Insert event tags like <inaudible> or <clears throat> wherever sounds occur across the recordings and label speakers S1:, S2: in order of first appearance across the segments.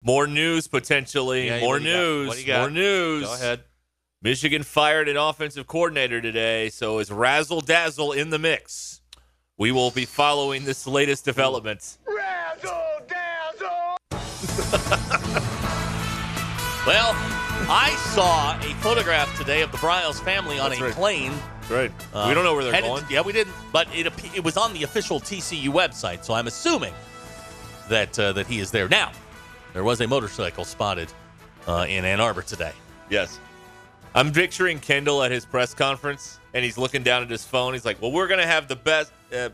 S1: More news potentially.
S2: Yeah,
S1: more
S2: what do you got?
S1: news.
S2: What do you got?
S1: More news.
S2: Go ahead.
S1: Michigan fired an offensive coordinator today, so is Razzle Dazzle in the mix? We will be following this latest development. Razzle Dazzle! well, I saw a photograph today of the Bryles family on
S2: That's
S1: a
S2: right.
S1: plane.
S2: Right.
S1: uh,
S2: we don't know where they're
S1: headed-
S2: going.
S1: Yeah, we didn't, but it appe- it was on the official TCU website, so I'm assuming that uh, that he is there now. There was a motorcycle spotted uh, in Ann Arbor today.
S2: Yes.
S1: I'm picturing Kendall at his press conference, and he's looking down at his phone. He's like, "Well, we're gonna have the best." Uh,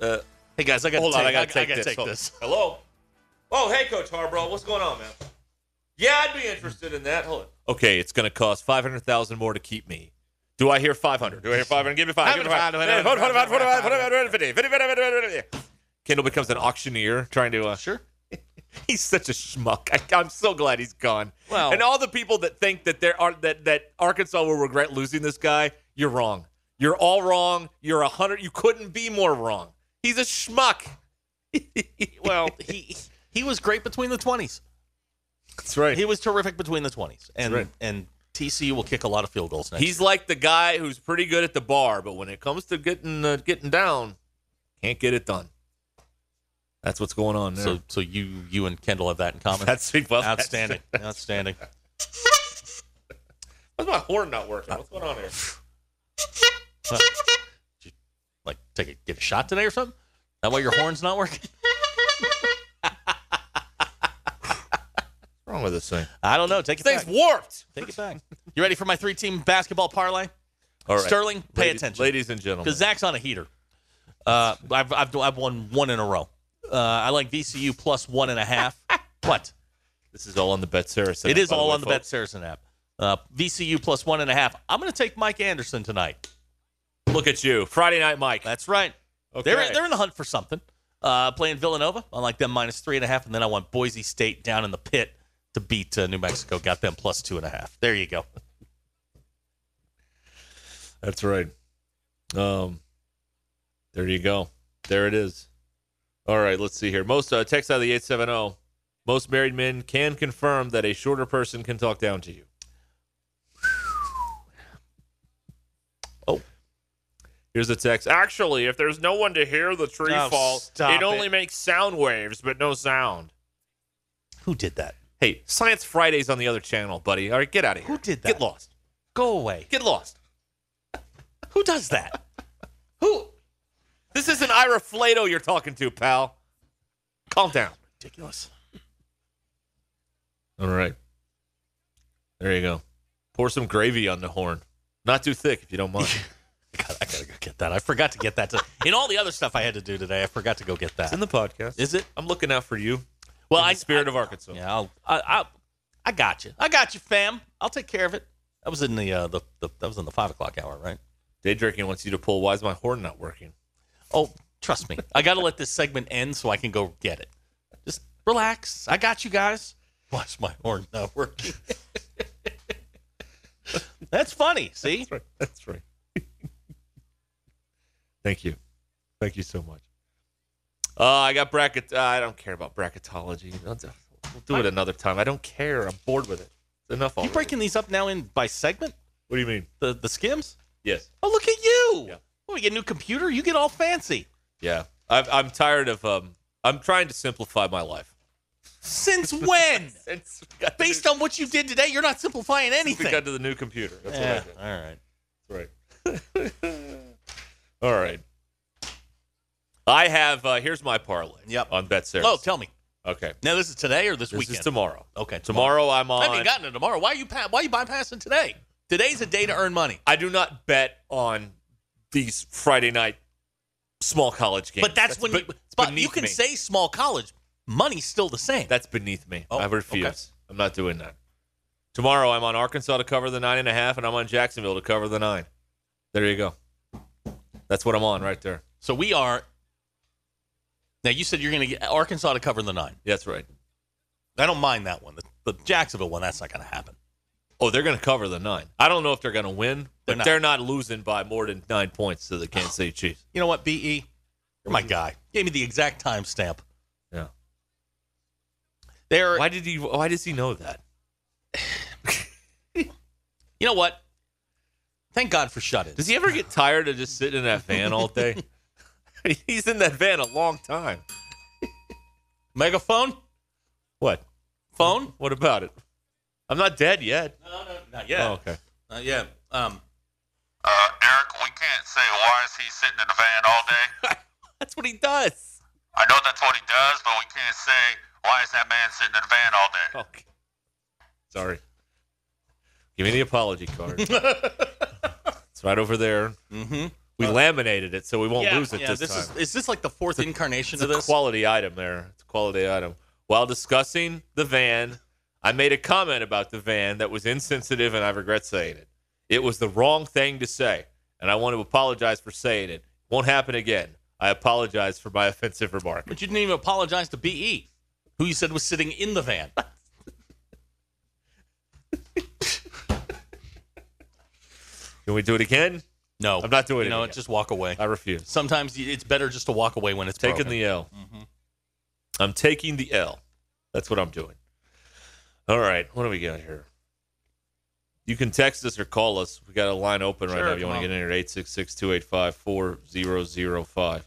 S1: uh,
S2: Hey guys, I got.
S1: hold
S2: take,
S1: on, I gotta
S2: I,
S1: take,
S2: gotta
S1: this.
S2: take
S1: Hold-
S2: this.
S1: Hello. Oh, hey, Coach Harbaugh, what's going on, man? Yeah, I'd be interested in that. Hold on. Okay, it's gonna cost five hundred thousand more to keep me. Do I hear five hundred? Do I hear five hundred? Give me five. Give me five. Hey, hold on, hold on, hold on, hold on, hold on, 50, 50, 50, 50, 50. Kendall becomes an auctioneer trying to. Uh,
S2: Sure.
S1: <laughs> He's such a schmuck. I, I'm so glad he's gone.
S2: Well-
S1: and all the people that think that there are that that Arkansas will regret losing this guy, you're wrong. You're all wrong. You're a hundred. You couldn't be more wrong. He's a <laughs> schmuck.
S2: Well, <laughs> he he was great between the twenties.
S1: That's right.
S2: He was terrific between the twenties, and
S1: right.
S2: and TCU will kick a lot of field goals next.
S1: <laughs> He's like the guy who's pretty good at the bar, but when it comes to getting uh, getting down, can't get it done. That's what's going on
S2: year.
S1: there.
S2: so so you you and Kendall have that in common.
S1: that's well, that's-
S2: outstanding, outstanding.
S1: Why's my horn not working? What's going on here?
S2: Like take a get a shot today or something. That way your horn's not working.
S1: What's wrong with this thing?
S2: I don't know. Take it
S1: Thing's
S2: back.
S1: warped.
S2: Take it back. You ready for my three team basketball parlay?
S1: All right.
S2: Sterling, pay
S1: Ladies-
S2: attention.
S1: ladies and gentlemen.
S2: because Zach's on a heater. Uh, I've, I've I've won one in a row. Uh, I like VCU plus one and a half. what?
S1: This is all on the Bet Saracen.
S2: It is
S1: by
S2: all
S1: way,
S2: on the Bet
S1: folks.
S2: Saracen app. Uh, VCU plus one and a half. I'm going to take Mike Anderson tonight.
S1: Look at you, Friday Night Mike.
S2: That's right. They're they're in the hunt for something. Uh, playing Villanova. I like them minus three and a half, and then I want Boise State down in the pit to beat uh, New Mexico. Got them plus two and a half. There you go.
S1: That's right. Um, there you go. There it is. All right, let's see here. Most uh, text out of the eight seven zero. Most married men can confirm that a shorter person can talk down to you.
S2: Oh.
S1: Here's a text. Actually, if there's no one to hear the tree
S2: Oh,
S1: fall,
S2: stop
S1: it only
S2: it.
S1: makes sound waves, but no sound.
S2: Who did that?
S1: Hey, Science Friday's on the other channel, buddy. All right, get out of here.
S2: Who did that?
S1: Get lost.
S2: Go away.
S1: Get lost.
S2: <laughs> Who does that?
S1: <laughs> Who? This isn't Ira Flato you're talking to, pal. Calm down.
S2: Ridiculous.
S1: All right. There you go. Pour some gravy on the horn. Not too thick, if you don't mind.
S2: God, <laughs> I gotta go get that. I forgot to get that. To, <laughs> in all the other stuff I had to do today, I forgot to go get that.
S1: it's in the podcast.
S2: Is it?
S1: I'm looking out for you.
S2: Well,
S1: in the
S2: I-
S1: spirit
S2: I-
S1: of Arkansas.
S2: Yeah, I'll, I, I, I got you. I got you, fam. I'll take care of it. That was in the uh, the, the that was in the five o'clock hour, right?
S1: Day drinking wants you to pull. Why is my horn not working?
S2: Oh, trust me. I gotta let this segment end so I can go get it. Just relax. I got you guys. Watch my horn not working. <laughs> That's funny. See,
S1: right. That's right. Thank you. Thank you so much. Uh, I got bracket. Uh, I don't care about bracketology. I'll do- We'll do it another time. I don't care. I'm bored with it. It's enough
S2: you
S1: already.
S2: breaking these up now in by segment?
S1: What do you mean?
S2: The the skims?
S1: Yes.
S2: Oh, look at you.
S1: Yeah.
S2: Oh, you get a new computer. You get all fancy.
S1: Yeah. I've, I'm tired of. Um, I'm trying to simplify my life. <laughs>
S2: Since when?
S1: Since
S2: Based on what you did today, you're not simplifying
S1: we
S2: anything.
S1: got to the new computer. That's what I
S2: Yeah,
S1: did.
S2: all right.
S1: Right. All right. <laughs> I have. Uh, here's my parlay.
S2: Yep.
S1: On Bet Saracen.
S2: Oh, tell me.
S1: okay.
S2: Now this is today or this,
S1: This
S2: weekend?
S1: is tomorrow.
S2: Okay,
S1: Tomorrow, I'm
S2: I
S1: on.
S2: haven't gotten it tomorrow. Why are you pa- why are you bypassing today? Today's a day to earn money.
S1: I do not bet on these Friday night small college games.
S2: But that's, when
S1: be-
S2: you but you
S1: beneath
S2: can
S1: me.
S2: say small college. Money's still the same.
S1: that's beneath me.
S2: Oh,
S1: I
S2: okay.
S1: refuse. I'm not doing that. Tomorrow, I'm on Arkansas to cover the nine and a half, and I'm on Jacksonville to cover the nine. There you go. That's what I'm on right there.
S2: So we are. Now you said you're going to get Arkansas to cover the nine.
S1: Yeah, That's right.
S2: I don't mind that one. The, the Jacksonville one, that's not going to happen.
S1: Oh, they're going to cover the nine. I don't know if they're going to win, but
S2: They're not.
S1: they're not losing by more than nine points to the Kansas City Chiefs.
S2: You know what, BE? You're my guy. Gave me the exact timestamp.
S1: Yeah.
S2: They're
S1: Why did he? Why does he know that?
S2: You know what? Thank God for shut-ins.
S1: Does he ever get tired of just sitting in that van all
S2: <laughs>
S1: day? He's in that van a long time.
S2: megaphone?
S1: What?
S2: Phone?
S1: What about it? I'm not dead yet.
S2: No, no, not
S1: Oh, okay.
S2: Not yet. Um,
S3: Uh, Eric, we can't say why is he sitting in the van all day.
S1: <laughs> That's what he does.
S3: I know that's what he does, but we can't say why is that man sitting in the van all day.
S1: Okay. Sorry. Give me the apology
S2: <laughs>
S1: card. it's right over there. Mm-hmm. We laminated it, so we won't lose it
S2: Uh, yeah,
S1: this,
S2: this,
S1: time.
S2: is is this like the fourth incarnation
S1: It's a
S2: of this?
S1: quality item there. It's a quality item. While discussing the van, I made a comment about the van that was insensitive, and I regret saying it. It was the wrong thing to say, and I want to apologize for saying it. Won't happen again. I apologize for my <laughs> offensive remark.
S2: but you didn't even apologize to BE, who you said was sitting in the van.
S1: Can we do it again?
S2: No,
S1: I'm not doing
S2: you
S1: it
S2: know,
S1: again.
S2: just walk away.
S1: I refuse.
S2: Sometimes y- it's better just to walk away when it's
S1: Taking
S2: broken.
S1: the L.
S2: Mm-hmm.
S1: I'm taking the L. That's what I'm doing. All right. What do we got here? You can text us or call us. We got a line open right
S2: Sure,
S1: now. If you
S2: come
S1: want to
S2: on.
S1: get in here, 866 285 4005.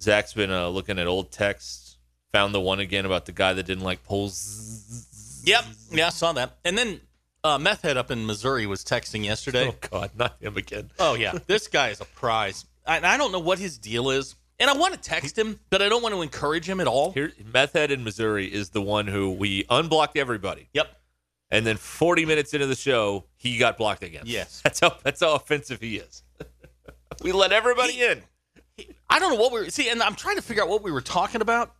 S1: Zach's been uh, looking at old texts. Found the one again about the guy that didn't like polls.
S2: Yep. Yeah, I saw that. And then uh, Meth Head up in Missouri was texting yesterday.
S1: Oh, God. Not him again. <laughs>
S2: Oh yeah, this guy is a prize. And I don't know what his deal is. And I want to text him, but I don't want to encourage him at all.
S1: Here, Meth Head in Missouri is the one who we unblocked everybody.
S2: Yep.
S1: And then 40 minutes into the show, he got blocked again.
S2: Yes.
S1: <laughs> That's how that's how offensive he is. we let everybody in.
S2: I don't know what we were see, and I'm trying to figure out what we were talking about.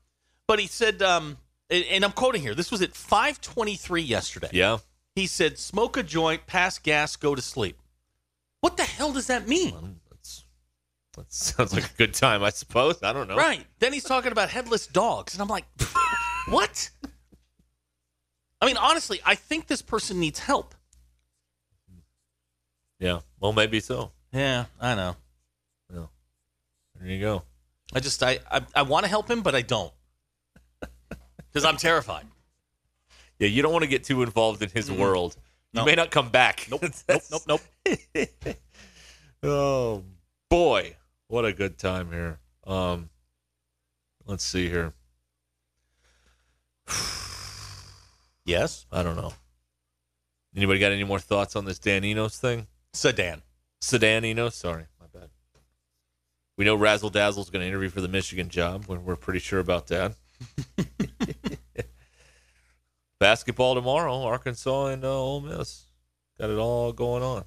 S2: But he said, um, and, and I'm quoting here. This was at 5:23 yesterday.
S1: Yeah.
S2: He said, "Smoke a joint, pass gas, go to sleep." What the hell does that mean?
S1: That's, that sounds like a good time, I suppose. I don't know.
S2: Right. Then he's talking about headless dogs, and I'm like, <laughs> what? I mean, honestly, I think this person needs help.
S1: Yeah. Well, maybe so.
S2: Yeah, I know.
S1: There you go.
S2: I just I I, I want to help him, but I don't because I'm terrified. Mm-hmm.
S1: Yeah, you don't want to get too involved in his world. You may not come back. <laughs> Nope. nope.
S2: Nope, nope.
S1: <laughs> Oh boy, what a good time here. Um, let's see here.
S2: Yes,
S1: I don't know. Anybody got any more thoughts on this Dan Enos thing?
S2: sedan.
S1: Sedan Enos, sorry, my bad. We know Razzle Dazzle's going to interview for the Michigan job. We're, we're pretty sure about
S2: <laughs>
S1: that. Basketball tomorrow, Arkansas and uh, Ole Miss. Got it all going on.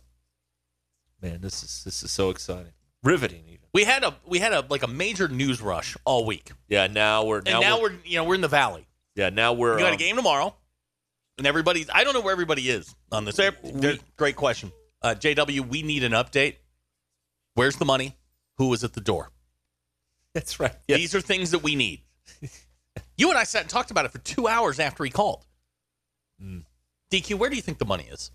S1: Man, this is this is so exciting, riveting even.
S2: We had a we had a like a major news rush all week,
S1: Yeah, now we're
S2: and
S1: now,
S2: now, we're, you know we're in the valley.
S1: yeah now we're
S2: We got a
S1: um,
S2: game tomorrow, and everybody's I don't know where everybody is on this.
S1: We-
S2: great question, uh, JW. We need an update. Where's the money? Who was at the door?
S1: That's right. Yeah,
S2: These are things that
S1: <laughs>
S2: we need. you and I sat and talked about it for two hours after he called.
S1: Hmm.
S2: DQ, where do you think the money is?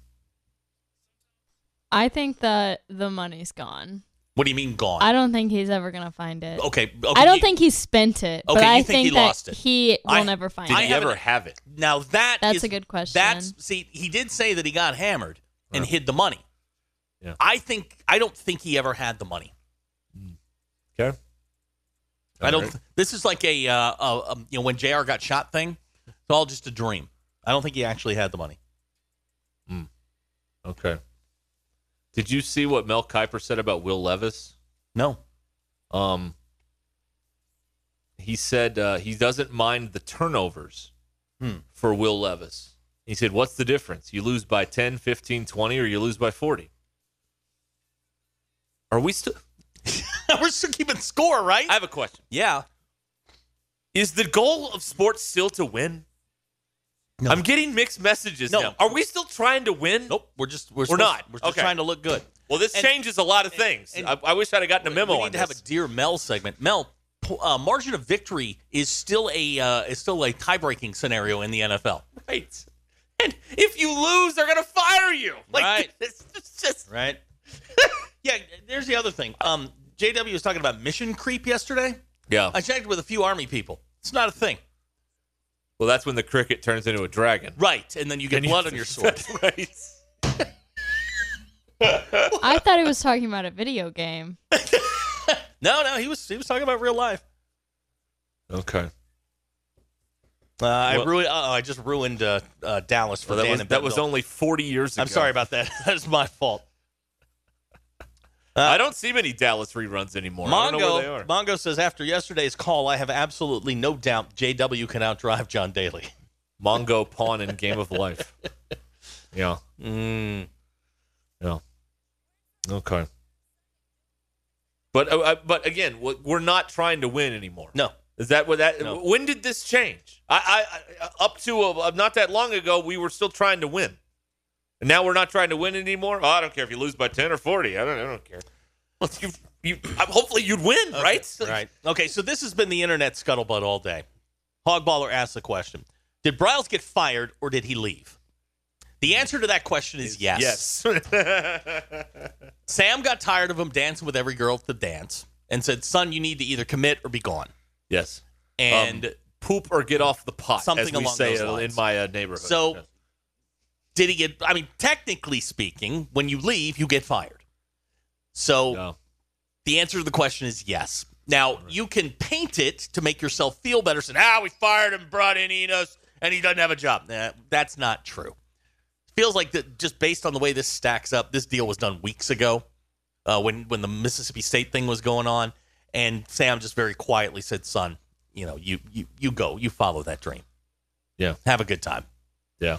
S4: I think that the money's gone.
S2: What do you mean gone?
S4: I don't think he's ever gonna find it.
S2: okay, okay,
S4: I don't
S2: you-
S4: think he spent it, but
S2: Okay, you
S4: I
S2: think he
S4: that
S2: lost it.
S4: he will
S2: I-
S4: never find
S1: did
S2: I
S4: it.
S1: he ever
S2: haven't-
S1: have it?
S2: Now that
S4: That's
S2: is-
S4: a good question.
S2: That's see, he did say that he got hammered and hid the money.
S1: Yeah.
S2: I think I don't think he ever had the money.
S1: Okay.
S2: I don't.
S1: All right.
S2: This is like a, uh, a um, you know when Jr. got shot thing. It's all just a dream. I don't think he actually had the <laughs> money.
S1: Okay. Did you see what Mel Kiper said about Will Levis?
S2: No.
S1: Um, he said uh, he doesn't mind the turnovers
S2: Hmm.
S1: for Will Levis. He said, What's the difference? You lose by 10, 15, 20, or you lose by 40. Are we still.
S2: We're <laughs> still keeping score, right?
S1: I have a question.
S2: yeah.
S1: Is the goal of sports still to win? I'm getting mixed messages
S2: No.
S1: now. Are we still trying to win?
S2: Nope, we're just we're,
S1: We're
S2: supposed-
S1: not.
S2: We're just
S1: Okay.
S2: trying to look good.
S1: Well, this
S2: And-
S1: changes a lot of things.
S2: and-
S1: I, I wish I'd have gotten a memo
S2: we need
S1: on
S2: to
S1: this.
S2: have a dear Mel segment. Mel, po- uh, margin of victory is still a uh, is still a tie breaking scenario in the <laughs> NFL.
S1: right. And if you lose, they're gonna fire you. Like
S2: Right.
S1: it's just, just
S2: right? <laughs> yeah, there's the other thing. Um, JW was talking about mission creep yesterday.
S1: yeah.
S2: I checked with a few army people. It's not a <laughs> thing.
S1: Well, that's when the cricket turns into a dragon.
S2: Right. And then you get
S1: And you- <laughs>
S2: blood on your sword. <laughs>
S1: right.
S4: I thought he was talking about a video game.
S2: No, no, he was he was talking about real life.
S1: Okay.
S2: Uh, I
S1: Well-
S2: ruined. Uh, I just ruined uh, uh, Dallas for
S1: Well, that
S2: Dan
S1: was
S2: and
S1: that was
S2: Bendel.
S1: only 40 years ago.
S2: I'm sorry about that. <laughs> That's my fault.
S1: I don't see many Dallas reruns anymore. I don't know where they
S2: Mongo
S1: are.
S2: Mongo says after yesterday's call, I have absolutely no doubt JW can outdrive John Daly.
S1: Mongo pawn in Game of
S2: <laughs>
S1: Life. Yeah. Mm. Yeah. Okay. But uh, uh, but again, w- we're not trying to win anymore.
S2: No,
S1: Is that what that?
S2: No.
S1: When did this change? I, I, I up to uh not that long ago, we were still trying to win, and now we're not trying to win anymore. Oh, I don't care if you lose by ten or forty. I don't. I don't care. Well, you, you, <laughs> I- hopefully you'd win, right?
S2: Right. Okay, so this has been the internet scuttlebutt all day. Hogballer asked the question Did Bryles get fired or did he leave? The answer to that question is yes.
S1: Yes.
S2: Sam got tired of him dancing with every girl at the dance and said, Son, you need to either commit or be gone.
S1: yes.
S2: And
S1: Um, poop or get off the pot.
S2: Something
S1: as we
S2: along
S1: say
S2: those lines.
S1: in my uh, neighborhood.
S2: So-
S1: Yes.
S2: did he get, I mean, technically speaking, when you leave, you get fired. So
S1: No.
S2: the answer to the question is yes. Now, you can paint it to make yourself feel better. Say, ah, we fired him, brought in Enos, and he doesn't have a job. Nah, that's not true. Feels like that just based on the way this stacks up, this deal was done weeks ago uh, when, when the Mississippi State thing was going on. And Sam just very quietly said, son, you know, you, you, you go, you follow that dream.
S1: Yeah.
S2: Have a good time.
S1: Yeah.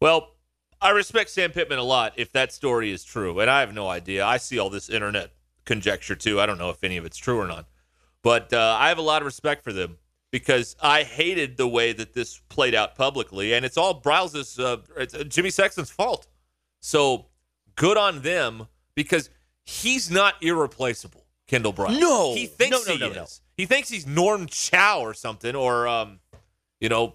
S1: Well, I respect Sam Pittman a lot if that story is true. And I have no idea. I see all this internet conjecture too. I don't know if any of it's true or not. But uh, I have a lot of respect for them because I hated the way that this played out publicly. And it's all Bryles' uh, it's, uh, Jimmy Sexton's fault. So good on them because he's not irreplaceable, Kendall Bryles.
S2: No.
S1: He thinks
S2: No, no,
S1: he
S2: no, no.
S1: is. He thinks he's Norm Chow or something or, um, you know,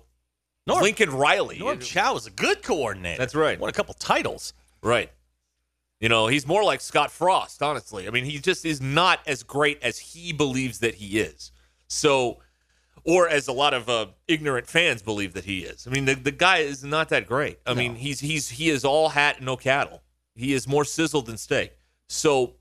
S2: Norm-
S1: Lincoln Riley.
S2: Norm
S1: It-
S2: Chow is a good coordinator.
S1: That's right.
S2: Won a couple titles.
S1: Right. You know, he's more like Scott Frost, honestly. I mean, he just is not as great as he believes that he is. So, or as a lot of uh, ignorant fans believe that he is. I mean, the, the guy is not that great. I mean, he's he's he is all hat and no cattle. He is more sizzle than steak. So,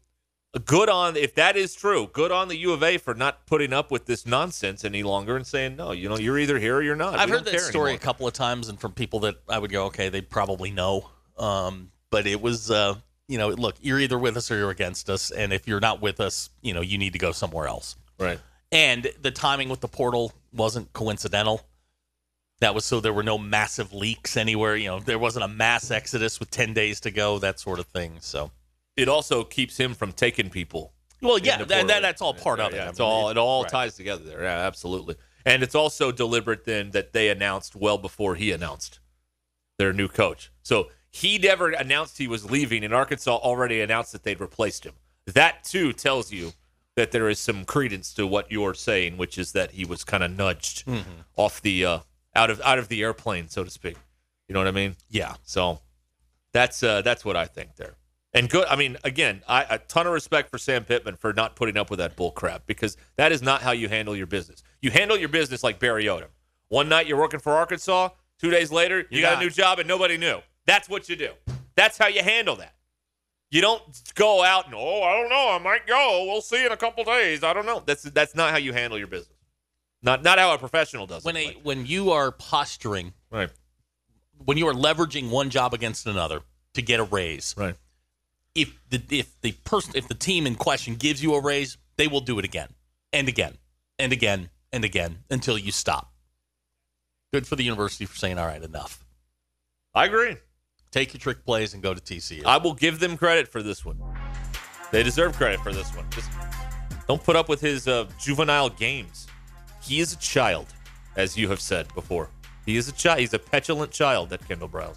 S1: good on if that is true. Good on the U of A for not putting up with this nonsense any longer and saying no. You know, you're either here or you're not.
S2: I've
S1: We
S2: heard
S1: don't care
S2: that story
S1: anymore.
S2: a couple of times, and from people that I would go, okay, they probably know. Um, but it was, uh, you know, look, you're either with us or you're against us, and if you're not with us, you know, you need to go somewhere else.
S1: Right.
S2: And the timing with the portal wasn't coincidental. That was so there were no massive leaks anywhere. You know, there wasn't a mass exodus with ten days to go, that sort of thing. So,
S1: It also keeps him from taking people
S2: well, yeah,
S1: in the
S2: that,
S1: portal.
S2: that, that's all part of it.
S1: Yeah,
S2: I
S1: it's
S2: mean,
S1: all it all
S2: right.
S1: ties together there. Yeah, absolutely. And it's also deliberate then that they announced well before he announced their new coach. So he never announced he was leaving, and Arkansas already announced that they'd replaced him. That too tells you that there is some credence to what you're saying, which is that he was kind of nudged off the uh, out of out of the airplane, so to speak. You know what I mean?
S2: Yeah.
S1: So that's uh, that's what I think there. And good. I mean, again, I, a ton of respect for Sam Pittman for not putting up with that bull crap because that is not how you handle your business. You handle your business like Barry Odom. One night you're working for Arkansas, two days later you
S2: You're
S1: got
S2: not.
S1: a new job and nobody knew. That's what you do. That's how you handle that. You don't go out and oh, I don't know, I might go. We'll see in a couple days. I don't know. That's that's not how you handle your business. Not not how a professional does
S2: When
S1: it.
S2: a
S1: like.
S2: when you are posturing
S1: right,
S2: when you are leveraging one job against another to get a raise,
S1: right,
S2: if the if the person if the team in question gives you a raise, they will do it again and again and again and again until you stop. Good for the university for saying, "All right, enough.
S1: I agree.
S2: Take your trick plays and go to TCU."
S1: I will give them credit for this one. They deserve credit for this one. Just don't put up with his uh, juvenile games. He is a child, as you have said before. He is a child. He's a petulant child. That Kendall Browse.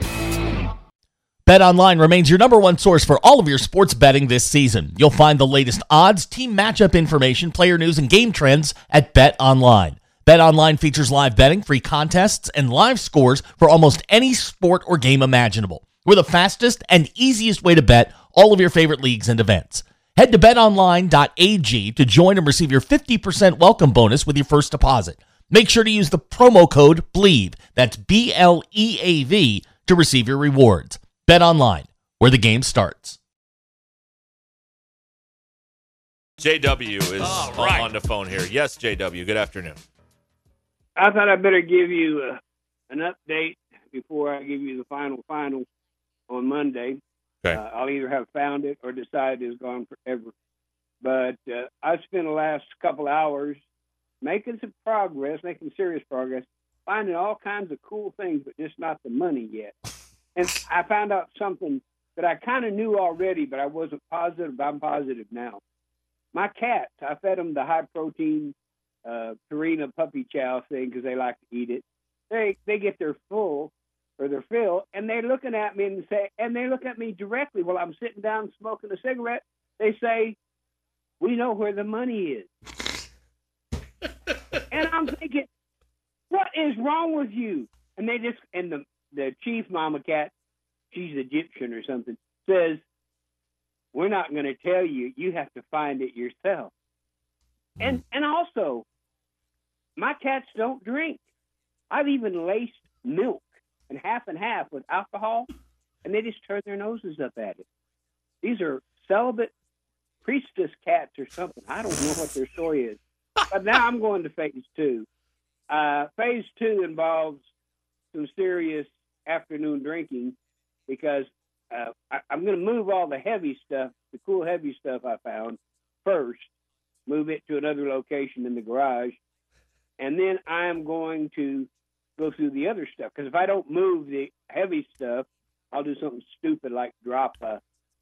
S2: BetOnline remains your number one source for all of your sports betting this season. You'll find the latest odds, team matchup information, player news, and game trends at BetOnline. BetOnline features live betting, free contests, and live scores for almost any sport or game imaginable. We're the fastest and easiest way to bet all of your favorite leagues and events. Head to betonline.ag to join and receive your 50% welcome bonus with your first deposit. Make sure to use the promo code BLEAV, that's B L E A V, to receive your rewards. Bet online, where the game starts.
S1: JW is
S2: All
S1: on-
S2: right.
S1: on the phone here. Yes, JW. Good afternoon.
S5: I thought I better give you uh, an update before I give you the final final on Monday.
S1: Okay.
S5: Uh, I'll either have found it or decided it's gone forever. But uh, I spent the last couple hours making some progress, making serious progress, finding all kinds of cool things, but just not the money yet. And I found out something that I kind of knew already, but I wasn't positive. But I'm positive now. My cats, I fed them the high protein uh, Purina puppy chow thing because they like to eat it. They they get their full or their fill, and they're looking at me and say, and they look at me directly while I'm sitting down smoking a cigarette. They say, "We know where the money is," and I'm thinking, "What is wrong with you?" And they just and the the chief mama cat, she's Egyptian or something, says. We're not going to tell you. You have to find it yourself. And and also, my cats don't drink. I've even laced milk and half and half with alcohol, and they just turn their noses up at it. These are celibate priestess cats or something. I don't know what their story is. But now I'm going to phase two. Uh, phase two involves some serious afternoon drinking because uh, I, I'm going to move all the heavy stuff, the cool heavy stuff I found first, move it to another location in the garage, and then I am going to go through the other stuff. Because if I don't move the heavy stuff, I'll do something stupid like drop a,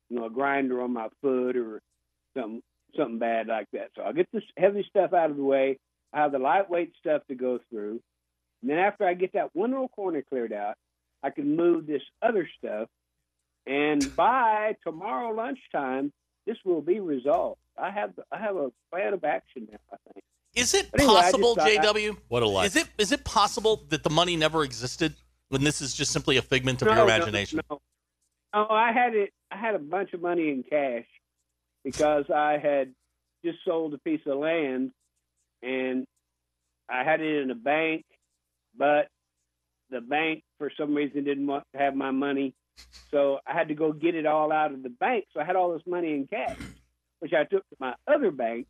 S5: you know, a grinder on my foot or something something bad like that. So I'll get this heavy stuff out of the way. I have the lightweight stuff to go through, and then after I get that one little corner cleared out, I can move this other stuff. And by tomorrow lunchtime, this will be resolved. I have I have a plan of action now. I think.
S2: Is it
S5: Anyway, I just
S2: possible,
S5: thought I-
S2: JW?
S1: What a lie.
S2: Is it is it possible that the money never existed when this is just simply a figment of your imagination?
S5: No, no. Oh, I had it. I had a bunch of money in cash because I had just sold a piece of land, and I had it in a bank, but the bank for some reason didn't want to have my money, so I had to go get it all out of the bank. So I had all this money in cash, which I took to my other bank.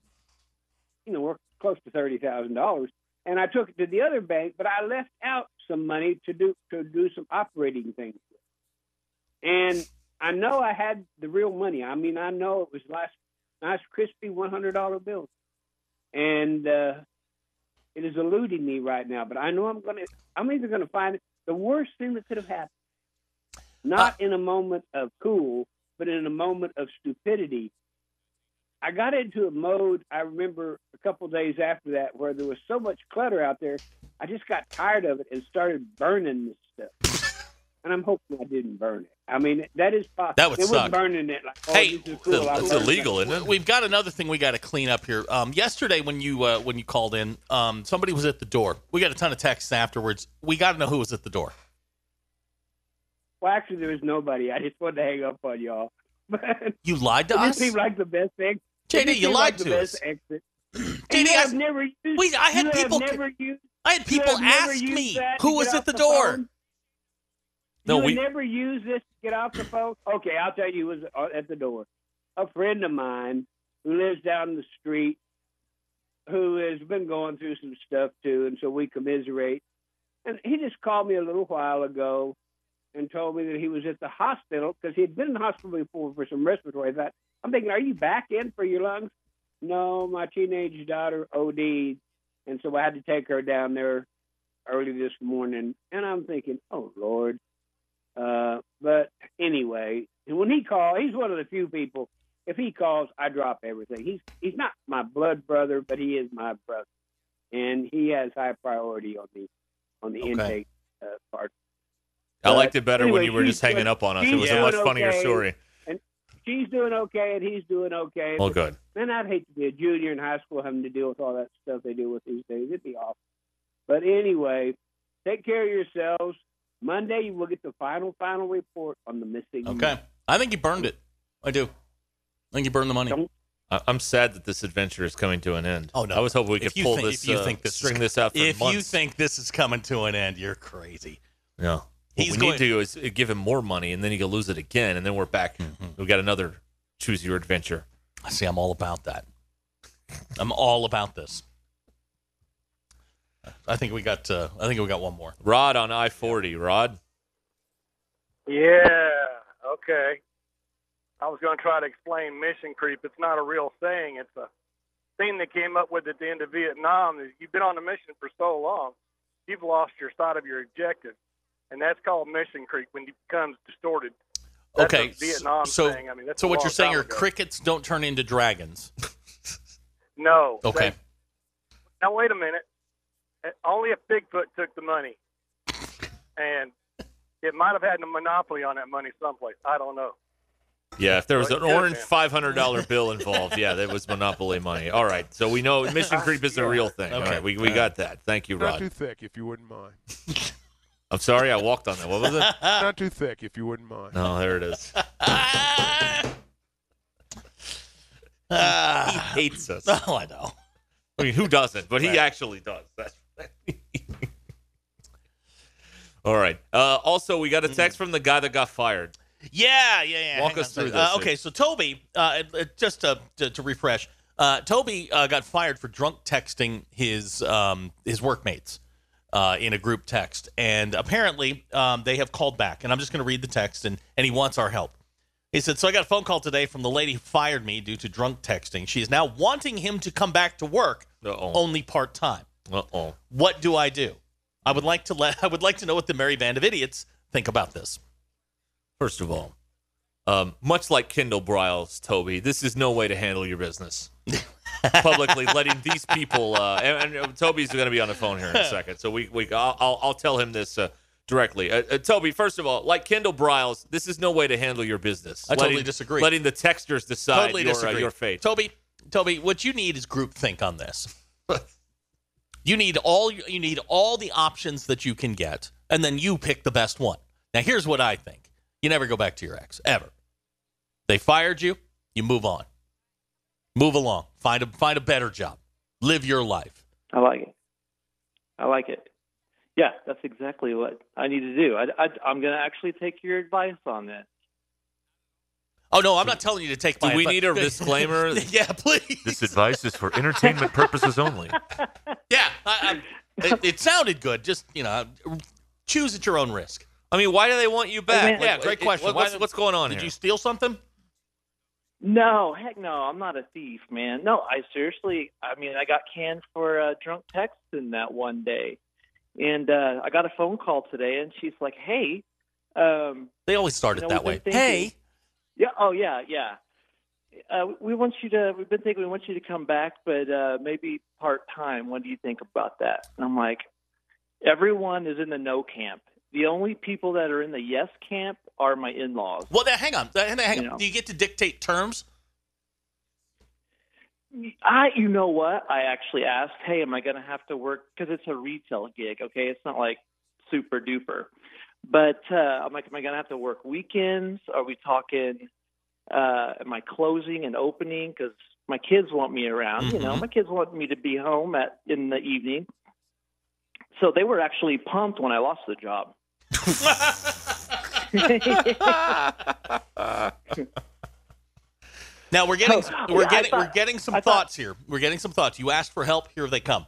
S5: You know, we're close to thirty thousand dollars and I took it to the other bank, but I left out some money to do to do some operating things. with. And I know I had the real money. I mean, I know it was last nice crispy one hundred dollar bill, and uh, it is eluding me right now. But I know I'm gonna I'm either gonna find it the worst thing that could have happened, not
S2: Uh
S5: in a moment of cool, but in a moment of stupidity. I got into a mode. I remember a couple days after that where there was so much clutter out there. I just got tired of it and started burning this stuff. and I'm hoping I didn't burn it. I mean, that is possible.
S2: That would
S5: it was
S2: suck.
S5: burning it like, oh,
S2: Hey,
S5: this is cool. I
S2: that's
S1: It's
S5: burned it.
S1: illegal, isn't it?
S2: We've got another thing we got to clean up here. Um, yesterday, when you uh, when you called in, um, somebody was at the door. We got a ton of texts afterwards. We got to know who was at the door.
S5: Well, actually, there was nobody. I just wanted to hang up on y'all. But it
S2: You lied to
S5: just
S2: us,
S5: seemed like the best thing.
S2: JD.
S5: It just
S2: You
S5: seemed
S2: lied
S5: like the
S2: to us.
S5: best
S2: <clears throat>
S5: Exit.
S2: JD,
S5: And you
S2: I-
S5: have never used.
S2: Wait, I had
S5: you
S2: people-
S5: Have never used.
S2: I had
S5: you
S2: people
S5: have never
S2: ask
S5: used
S2: me
S5: that to
S2: who was
S5: get
S2: at
S5: off
S2: the, door.
S5: phone?
S2: No,
S5: you
S2: we-
S5: never use this to get off the phone. Okay, I'll tell you uh, who was at the door. A friend of mine who lives down the street who has been going through some stuff too, and so we commiserate. And he just called me a little while ago and told me that he was at the hospital because he had been in the hospital before for some respiratory. That I'm thinking, are you back in for your lungs? No, my teenage daughter OD'd, and so I had to take her down there early this morning. And I'm thinking, oh Lord. Uh, but anyway, when he calls, he's one of the few people if he calls, I drop everything. He's he's not my blood brother, but he is my brother, and he has high priority on the on the
S1: Okay.
S5: intake uh, part.
S1: I liked it better when
S5: anyway,
S1: you were
S5: she's
S1: just hanging
S5: good.
S1: up on us. It
S5: She's
S1: was a
S5: doing
S1: much funnier
S5: okay.
S1: story.
S5: She's doing okay, and he's doing okay.
S1: Well, good.
S5: Man, I'd hate to be a junior in high school having to deal with all that stuff they deal with these days. It'd be awful. But anyway, take care of yourselves. Monday, you will get the final final report on the missing.
S2: Okay. I think you burned it. I do. I think you burned the money.
S5: Don't-
S1: I- I'm sad that this adventure is coming to an end.
S2: Oh, no.
S1: I was hoping we
S2: If
S1: could
S2: you
S1: pull
S2: think-
S1: this.
S2: if you
S1: uh,
S2: think this is-
S1: string this out for
S2: If
S1: months.
S2: you think this is coming to an end, you're crazy.
S1: no, what
S2: He's
S1: we
S2: going-
S1: need to do is give him more money, and then he can lose it again, and then we're back. We got another choose your adventure.
S2: Mm-hmm. I see. I'm all about that. I'm all about this. I think we got. Uh, I think we got one more.
S1: Rod on I forty. Rod,
S6: Yeah. Okay. I was going to try to explain mission creep. It's not a real thing. It's a thing they came up with at the end of Vietnam. is You've been on a mission for so long, you've lost your sight of your objective, and that's called mission creep when it becomes distorted. That's
S2: okay.
S6: a Vietnam
S2: so,
S6: thing. I mean, that's
S2: so
S6: a
S2: what
S6: long
S2: you're saying
S6: time
S2: are
S6: ago.
S2: crickets don't turn into dragons.
S6: No.
S2: Okay.
S6: They- now wait a minute. Uh, Only if Bigfoot took the
S2: <laughs>
S6: money, and it might have had a monopoly on that money someplace. I don't know.
S1: yeah. If there was
S6: Oh,
S1: an
S6: yeah,
S1: orange
S6: man.
S1: five hundred dollar bill involved, yeah, that was monopoly money. All right, so we know
S2: <laughs>
S1: mission creep is a real thing. All
S2: Okay.
S1: right, we, we got that. Thank you,
S7: Not too
S1: Rod.
S7: thick, if you wouldn't mind.
S1: I'm sorry I walked on that. What was
S2: <laughs>
S1: it?
S7: <laughs> Not too thick, if you wouldn't mind.
S1: No, there it is.
S7: <laughs>
S2: Ah.
S1: Hates us.
S2: <laughs> oh, I know.
S1: I mean, who doesn't? But he actually does. That's <laughs> All right. Uh, also, we got a
S2: Mm.
S1: text from the guy that got fired.
S2: Yeah, yeah, yeah.
S1: Walk
S2: Hang
S1: us
S2: on a
S1: through
S2: second. Uh,
S1: this.
S2: okay, so Toby, uh, uh, just to, to, to refresh, uh, Toby uh, got fired for drunk texting his um, his workmates uh, in a group text, and apparently um, they have called back. And I'm just going to read the text, and and he wants our help. He said, "So I got a phone call today from the lady who fired me due to drunk texting. She is now wanting him to come back to work,
S1: Uh-oh.
S2: only part time."
S1: Uh-oh.
S2: What do I do? I would like to let <laughs> I would like to know what the merry band of idiots think about this.
S1: First of all, um, much like Kendall Briles, Toby, this is no way to handle your business. Publicly letting these people, uh, and, and Toby's going to be on the phone here in a second, so we, we I'll, I'll, I'll tell him this uh, directly. Uh, uh, Toby, first of all, like Kendall Briles, this is no way to handle your business.
S2: I totally
S1: Letting- <laughs>
S2: disagree.
S1: Letting the texters decide
S2: totally
S1: your, uh,
S2: disagree.
S1: your fate.
S2: Toby, Toby, what you need is groupthink on
S1: <laughs>
S2: this. you need all you need all the options that you can get, and then you pick the best one. Now, here's what I think: you never go back to your ex ever. They fired you. You move on. Move along. Find a find a better job. Live your life.
S8: I like it. I like it. Yeah, that's exactly what I need to do. I, am going to actually take your advice on this.
S2: Oh no, I'm not telling you to take
S1: Do
S2: my.
S1: we
S2: advice.
S1: need
S2: <laughs>
S1: a disclaimer?
S2: yeah, please.
S1: advice is for entertainment purposes only.
S2: yeah, I, I, it, it sounded good. Just you know, choose at your own risk.
S1: I mean, why do they want you
S8: Man.
S1: back? Like,
S2: Yeah, great
S1: it-
S2: question.
S1: what-
S2: Why
S1: what's,
S2: did-
S1: what's going on
S2: Did
S1: here?
S2: you steal something?
S8: No, heck no, I'm not a thief, man. No, I seriously, I mean, I got canned for uh, drunk texting that one day. And uh, I got a phone call today, and she's like, hey, um,
S2: They always start
S8: You
S2: it
S8: know,
S2: that way.
S8: we've been
S2: Hey,
S8: thinking- yeah, oh, yeah, yeah. Uh, we want you to, we've been thinking we want you to come back, but uh, maybe part time. What do you think about that? And I'm like, everyone is in the no camp. The only people that are in the yes camp are my in laws.
S2: well, now, hang on. Hang on. hang on.
S8: You know.
S2: Do you get to dictate terms?
S8: I, you know what? I actually asked, hey, am I going to have to work? Because it's a retail gig, okay? It's not like super duper. But uh, I'm like, am I going to have to work weekends? Are we talking, uh, am I closing and opening? Because my kids want me around, you know,
S2: Mhm.
S8: my kids want me to be home at in the evening. So they were actually pumped when I lost the job. <laughs>
S2: Now we're getting
S8: Oh,
S2: we're
S8: yeah, I
S2: getting
S8: thought-
S2: we're getting some
S8: I thought-
S2: thoughts here. We're getting some thoughts. You asked for help, here they come.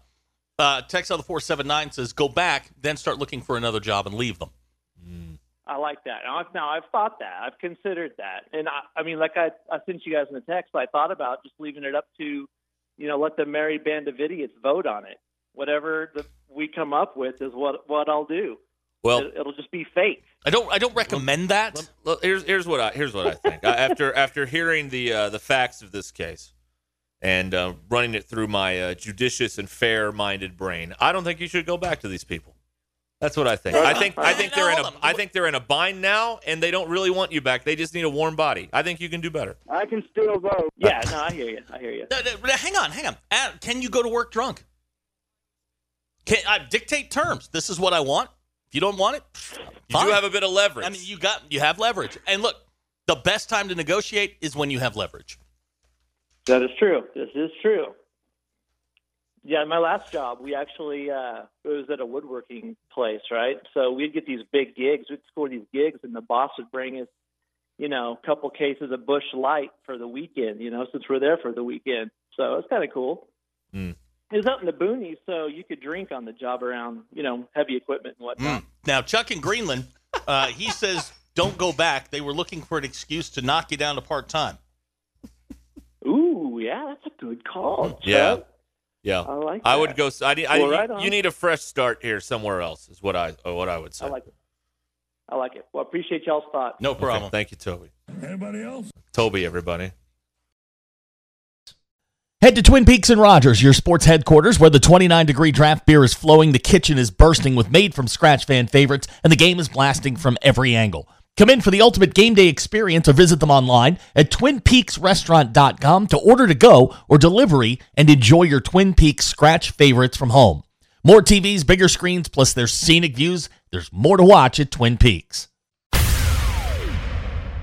S2: Uh, text out the four seven nine says go back, then start looking for another job and leave them.
S8: I like that. Now I've, now I've thought that. I've considered that, and I, I mean, like I, I sent you guys in a text. I thought about just leaving it up to, you know, let the merry band of idiots vote on it. Whatever the, we come up with is what what I'll do.
S1: Well-
S8: it, it'll just be fate.
S2: I don't I don't recommend that.
S1: Look, here's here's what I here's what I think I, after <laughs> after hearing the uh, the facts of this case and uh, running it through my uh, judicious and fair minded brain. I don't think you should go back to these people. That's what I think. I think I think they're in a I think they're in a bind now, and they don't really want you back. They just need a warm body. I think you can do better.
S8: I can still vote. Yeah, no, I hear you. I hear you.
S2: Uh, No, no, no, hang on, hang on. Uh, Can you go to work drunk? Can I dictate terms? This is what I want. If you don't want it,
S1: You do have a bit of leverage.
S2: I mean, you got you have leverage. And look, the best time to negotiate is when you have leverage.
S8: That is true. This is true. Yeah, my last job, we actually uh, it was at a woodworking place, right? So we'd get these big gigs. We'd score these gigs, and the boss would bring us, you know, a couple cases of Bush Light for the weekend. You know, since we're there for the weekend, so it's kind of cool.
S2: Hmm.
S1: Mm.
S8: It was out in the boonies, so you could drink on the job around, you know, heavy equipment and whatnot.
S2: Mm. Now, Chuck in Greenland, uh, he says, "Don't go back." They were looking for an excuse to knock you down to part time. Hmm.
S8: Ooh, yeah, that's a good call.
S1: yeah,
S8: Chuck.
S1: yeah.
S8: I like. That.
S1: I would go. s- I, need- I,
S8: Well,
S1: you-
S8: right on.
S1: you need a fresh start here somewhere else. Is what I uh, what I would say.
S8: I like it. I like it. Well, I appreciate y'all's thoughts.
S2: No
S1: Okay,
S2: problem.
S1: Thank you, Toby. Anybody else? Toby, everybody.
S2: Head to Twin Peaks and Rogers, your sports headquarters, where the 29 degree draft beer is flowing, the kitchen is bursting with made from scratch fan favorites, and the game is blasting from every angle. Come in for the ultimate game day experience or visit them online at twinpeaksrestaurant.com to order to go or delivery and enjoy your Twin Peaks scratch favorites from home. More TVs, bigger screens, plus their scenic views. There's more to watch at Twin Peaks.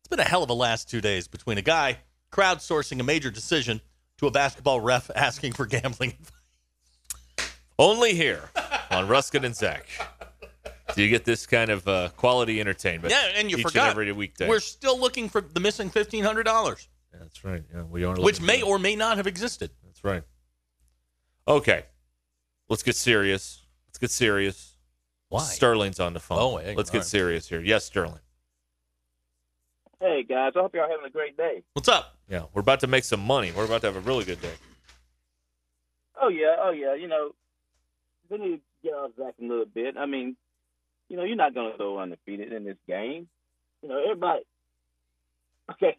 S2: It's been a hell of a last two days between a guy crowdsourcing a major decision to a basketball ref <laughs> asking for gambling advice.
S1: Only here on Ruskin and Zach do you get this kind of uh, quality entertainment.
S2: yeah, and you
S1: each
S2: forgot.
S1: every weekday.
S2: We're still looking for the missing fifteen hundred dollars,
S1: Yeah, that's right. Yeah, we are.
S2: which
S1: looking
S2: may
S1: for
S2: or may not have existed.
S1: that. That's right. Okay, let's get serious. Let's get serious.
S2: Why?
S1: Sterling's on the phone.
S2: Oh, hey,
S1: let's get
S2: all right.
S1: serious here. Yes, Sterling.
S9: Hey guys, I hope y'all having a great day.
S2: What's up?
S1: Yeah, we're about to make some money. We're about to have a really good day.
S9: Oh yeah, oh yeah. You know, we need to get off Zach a little bit. I mean, you know, you're not gonna go undefeated in this game. You know, everybody. Okay,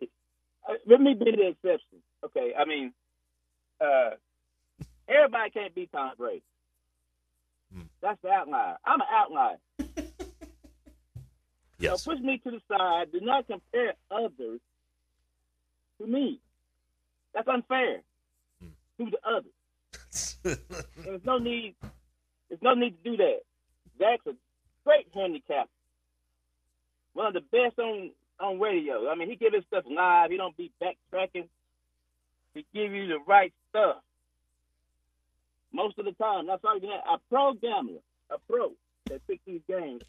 S9: uh, let me be the exception. Okay, I mean, uh, everybody can't be Tom Brady. That's the outlier. I'm an outlier.
S1: Yes.
S9: So push me to the side. Do not compare others to me. That's unfair to the others. And there's no need. There's no need to do that. Zach's a great handicapper. One of the best on on radio. I mean, he give his stuff live. He don't be backtracking. He give you the right stuff most of the time. That's all you have. A pro gambler, a pro. that pick these games.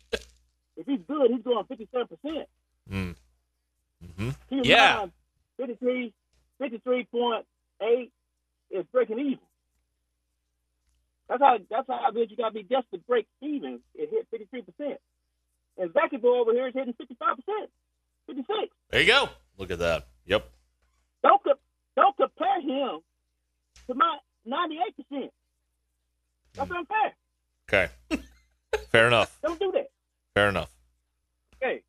S9: If he's good, he's going 57 percent.
S1: Mm. hmm
S9: He
S1: Yeah.
S9: runs 53, 53.8 is breaking even. That's how that's how good you gotta be just to break even. It hit fifty three percent. And Zachy boy over here is hitting fifty five percent. Fifty six.
S1: There you go. Look at that. Yep.
S9: Don't co- don't compare him to my ninety eight percent. That's unfair.
S1: Okay. <laughs> Fair enough.
S9: Don't do that.
S1: Fair enough.
S9: Okay.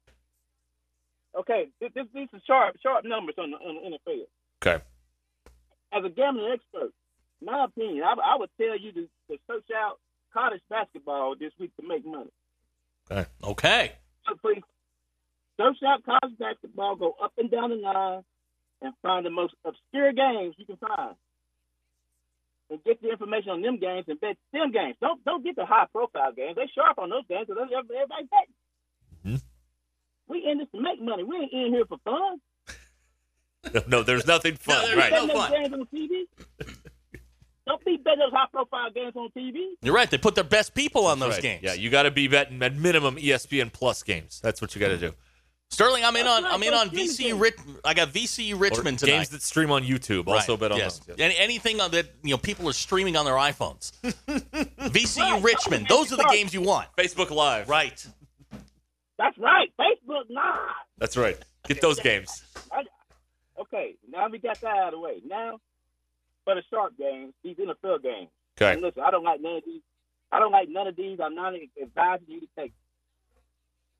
S9: Okay. This, this, these are sharp sharp numbers on the, on the NFL.
S1: Okay. <laughs>
S9: as a gambling expert, my opinion, I, I would tell you to, to search out college basketball this week to make money.
S1: Okay.
S2: Okay.
S9: So please search out college basketball, go up and down the line, and find the most obscure games you can find, and get the information on them games and bet them games. Don't don't get the high profile games. They sharp on those games because everybody betting. We in this to make money. We ain't in here for fun.
S1: No, there's nothing fun.
S9: Don't be
S1: right.
S9: betting those games on TV. Don't be betting those high profile games on TV.
S2: You're right. They put their best people on those
S1: Right.
S2: games.
S1: Yeah, you got to be betting at minimum E ESPN plus games. That's what you got to do.
S2: Sterling, I'm in on
S9: That's
S2: I'm in
S9: right,
S2: on
S9: those
S2: VCU Rich. I got VCU Richmond
S1: Or
S2: tonight.
S1: Games that stream on YouTube. Also
S2: Right,
S1: bet on
S2: yes.
S1: those.
S2: Any- anything on that you know people are streaming on their
S9: <laughs>
S2: iPhones. VCU
S9: Right.
S2: Richmond. Those are the games you want.
S1: Facebook Live.
S2: Right.
S9: That's right. Facebook Live.
S1: That's right. Get those games.
S9: Okay, now we got that out of the way. Now, for the sharp games, these NFL games.
S1: Okay.
S9: And listen, I don't like none of these. I don't like none of these. I'm not advising you to take.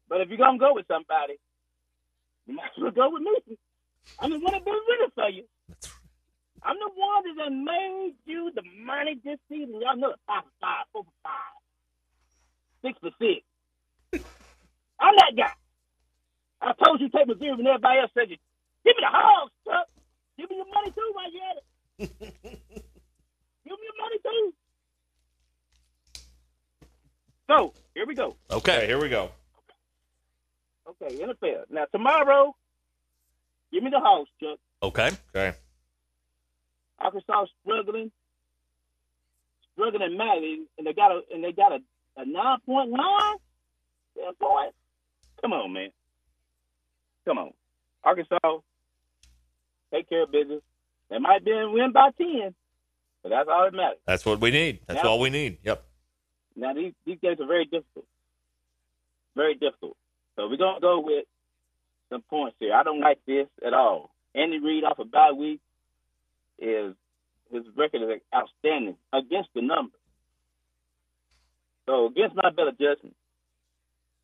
S9: But if you're gonna go with somebody, you might as well go with me. I'm the one that been with it for you. I'm the one that done made you the money this season. Y'all know it. five for five, four for five, six for six. I'm that guy. I told you to take Missouri when everybody else said you Give me the hogs,
S5: "Oh,
S9: Chuck. Give me your money too while you at it. Give me your money too. So here we go.
S2: Okay.
S1: Here we go.
S9: Okay, NFL. Now tomorrow, give me the hogs, Chuck.
S2: Okay.
S1: Okay.
S9: Arkansas struggling, struggling madly, and they got a and they got a, a nine point line. Yeah, boy, come on, man, come on. Arkansas, take care of business. They might be in win by ten, but that's all that matters.
S1: That's what we need. That's
S9: Yeah.
S1: all we need. Yep.
S9: Now these these games are very difficult, very difficult. So we're gonna go with some points here. I don't like this at all. Andy Reid off a bye week is his record is outstanding against the number. So against my better judgment,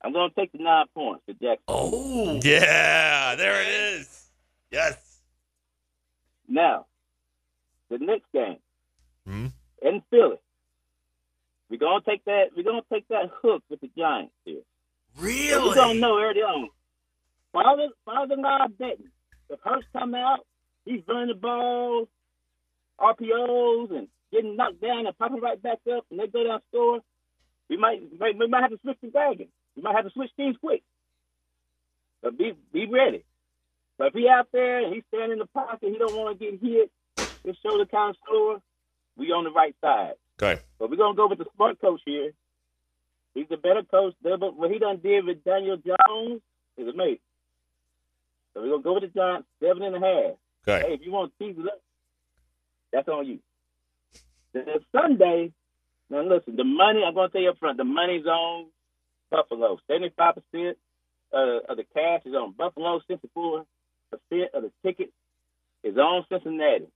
S9: I'm gonna take the nine points to Jackson.
S2: Oh
S1: yeah, there it is. Yes.
S9: Now, the next game
S1: Hmm.
S9: in Philly, we're gonna take that. We're gonna take that hook with the Giants here.
S2: Really?
S9: We don't know early on. Father, father God betting. If Hurst come out, he's running the ball, RPOs, and getting knocked down and popping right back up, and they go down score. We might, might- we might have to switch the wagon. We might have to switch teams quick. But be be ready. But if he out there and he's standing in the pocket, he don't want to get hit. His shoulder kind of sore. We on the right side.
S1: Okay.
S9: But we're gonna go with the smart coach here. He's a better coach. than- But what he done did with Daniel Jones is amazing. So we're gonna go with the Giants seven and a half.
S1: Okay.
S9: Hey, if you want to tease it up, that's on you. Then Sunday, now listen, the money I'm gonna tell you up front, the money's on Buffalo. Seventy five percent of the cash is on Buffalo, sixty four percent of the tickets is on Cincinnati.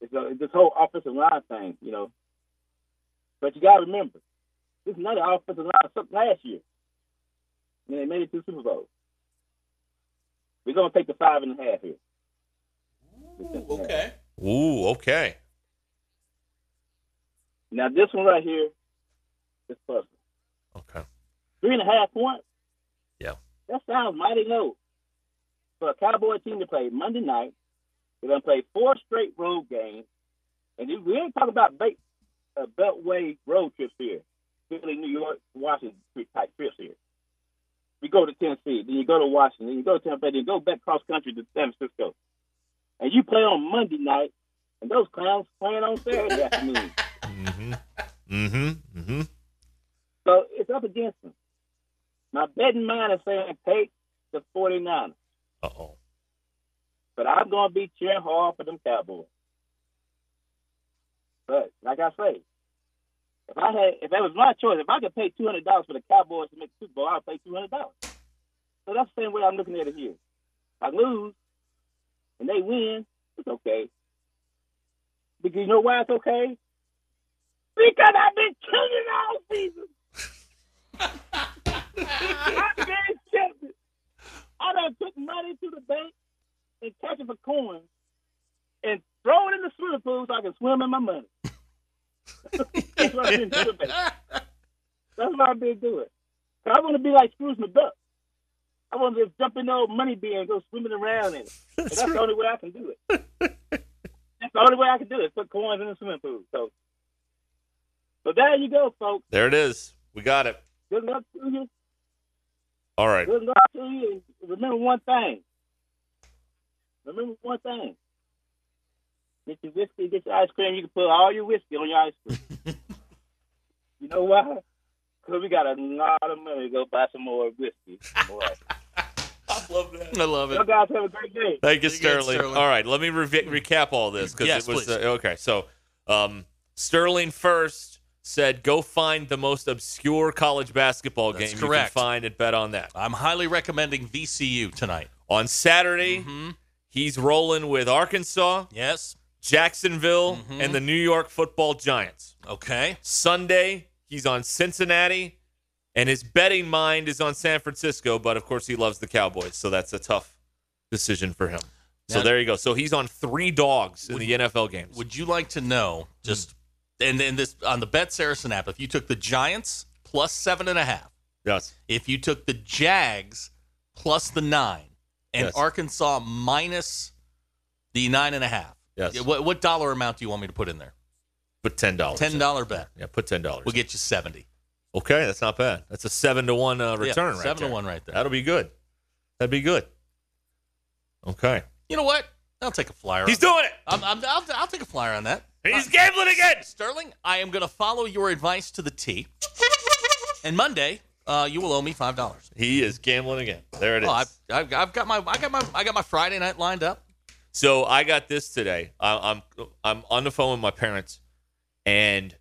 S9: It's, a, it's this whole offensive line thing, you know. But you gotta remember, this is another offensive line sucked last year. And they made it to the Super Bowl. We're gonna take the five and a half here.
S2: okay.
S1: Ooh, okay.
S9: Now this one right here is puzzle.
S1: Okay.
S9: Three and a half points.
S1: Yeah.
S9: That sounds mighty low for a Cowboy team to play Monday night. They're gonna play four straight road games, and you- we ain't talking about bait, uh, beltway road trips here. Philly, New York, Washington type trips here. You go to Tennessee, then you go to Washington, then you go to Tampa, Bay, then you go back cross country to San Francisco, and you play on Monday night, and those clowns <laughs> playing on Saturday afternoon.
S1: Mm-hmm. Mm-hmm. Mm-hmm.
S9: So it's It's up against them. My betting mind is saying take the 49ers.
S1: Uh oh.
S9: But I'm going to be cheering hard for them Cowboys. But like I say, if I had, if that was my choice, if I could pay two hundred dollars for the Cowboys to make the Super Bowl, I'd pay two hundred dollars. So that's the same way I'm looking at it here. If I lose and they win, it's okay. Because you know why it's okay? Because I've been killing it all season.
S1: <laughs>
S9: I've been killing it. I done took money to the bank and catch it for coins and throw it in the swimming pool so I can swim in my money. That's what I've been doing. baby. That's what I've been doing. 'Cause I want to be like Scrooge McDuck. I want to just jump in the old money bin and go swimming around in it. And That's, the only way I can do it. That's the only way I can do it. Put coins in the swimming pool. So, so there you go, folks.
S1: There it is. We got it.
S9: Good luck to you.
S1: All right.
S9: Good luck to you. And Remember one thing. Remember one thing. Get your whiskey, get your ice cream. You can put all your whiskey on your ice cream.
S1: <laughs>
S9: you know why? Because we got a lot of money to go buy some more whiskey. Boy. I
S1: love that. <laughs> I love
S9: You guys have a great day.
S1: Thank you, Sterling. All right, let me revi- recap all this because
S2: Hmm. Yes,
S1: it was
S2: please.
S1: uh, okay. So, um, Sterling first said, "Go find the most obscure college basketball
S2: That's
S1: game
S2: correct.
S1: you can find and bet on that."
S2: I'm highly recommending VCU tonight. Mm-hmm.
S1: On Saturday, he's rolling with Arkansas,
S2: yes, Mm-hmm.
S1: Jacksonville, and the New York Football Giants.
S2: Okay.
S1: Sunday, he's on Cincinnati, and his betting mind is on San Francisco. But of course, he loves the Cowboys, so that's a tough decision for him. So
S2: Now-
S1: there you go. So he's on three dogs in the NFL games.
S2: Would you like to know just and then this on the Bet Saracen app? If you took the Giants plus seven and a half,
S1: Yes.
S2: If you took the Jags plus the nine and
S1: Yes.
S2: Arkansas minus the nine and a half,
S1: Yes.
S2: yeah, What what dollar amount do you want me to put in there?
S1: Put ten dollars.
S2: Ten dollar bet.
S1: Yeah, put ten dollars.
S2: We'll get you seventy.
S1: Okay, that's not bad. That's a seven to one uh,
S2: Yeah,
S1: return. right
S2: seven to
S1: there.
S2: one right there.
S1: That'll be good. That'd be good. Okay.
S2: You know what? I'll take a flyer.
S1: He's
S2: on that.
S1: doing it.
S2: I'm, I'm, I'll, I'll take a flyer on that. Uh,
S1: He's gambling again.
S2: Sterling, I am going to follow your advice to the T. And Monday, uh, you will owe me five dollars.
S1: He is gambling again. There it is.
S2: Oh, I've, I've, I've got my I got my I got my Friday night lined up.
S1: So I got this today. I, I'm I'm on the phone with my parents, and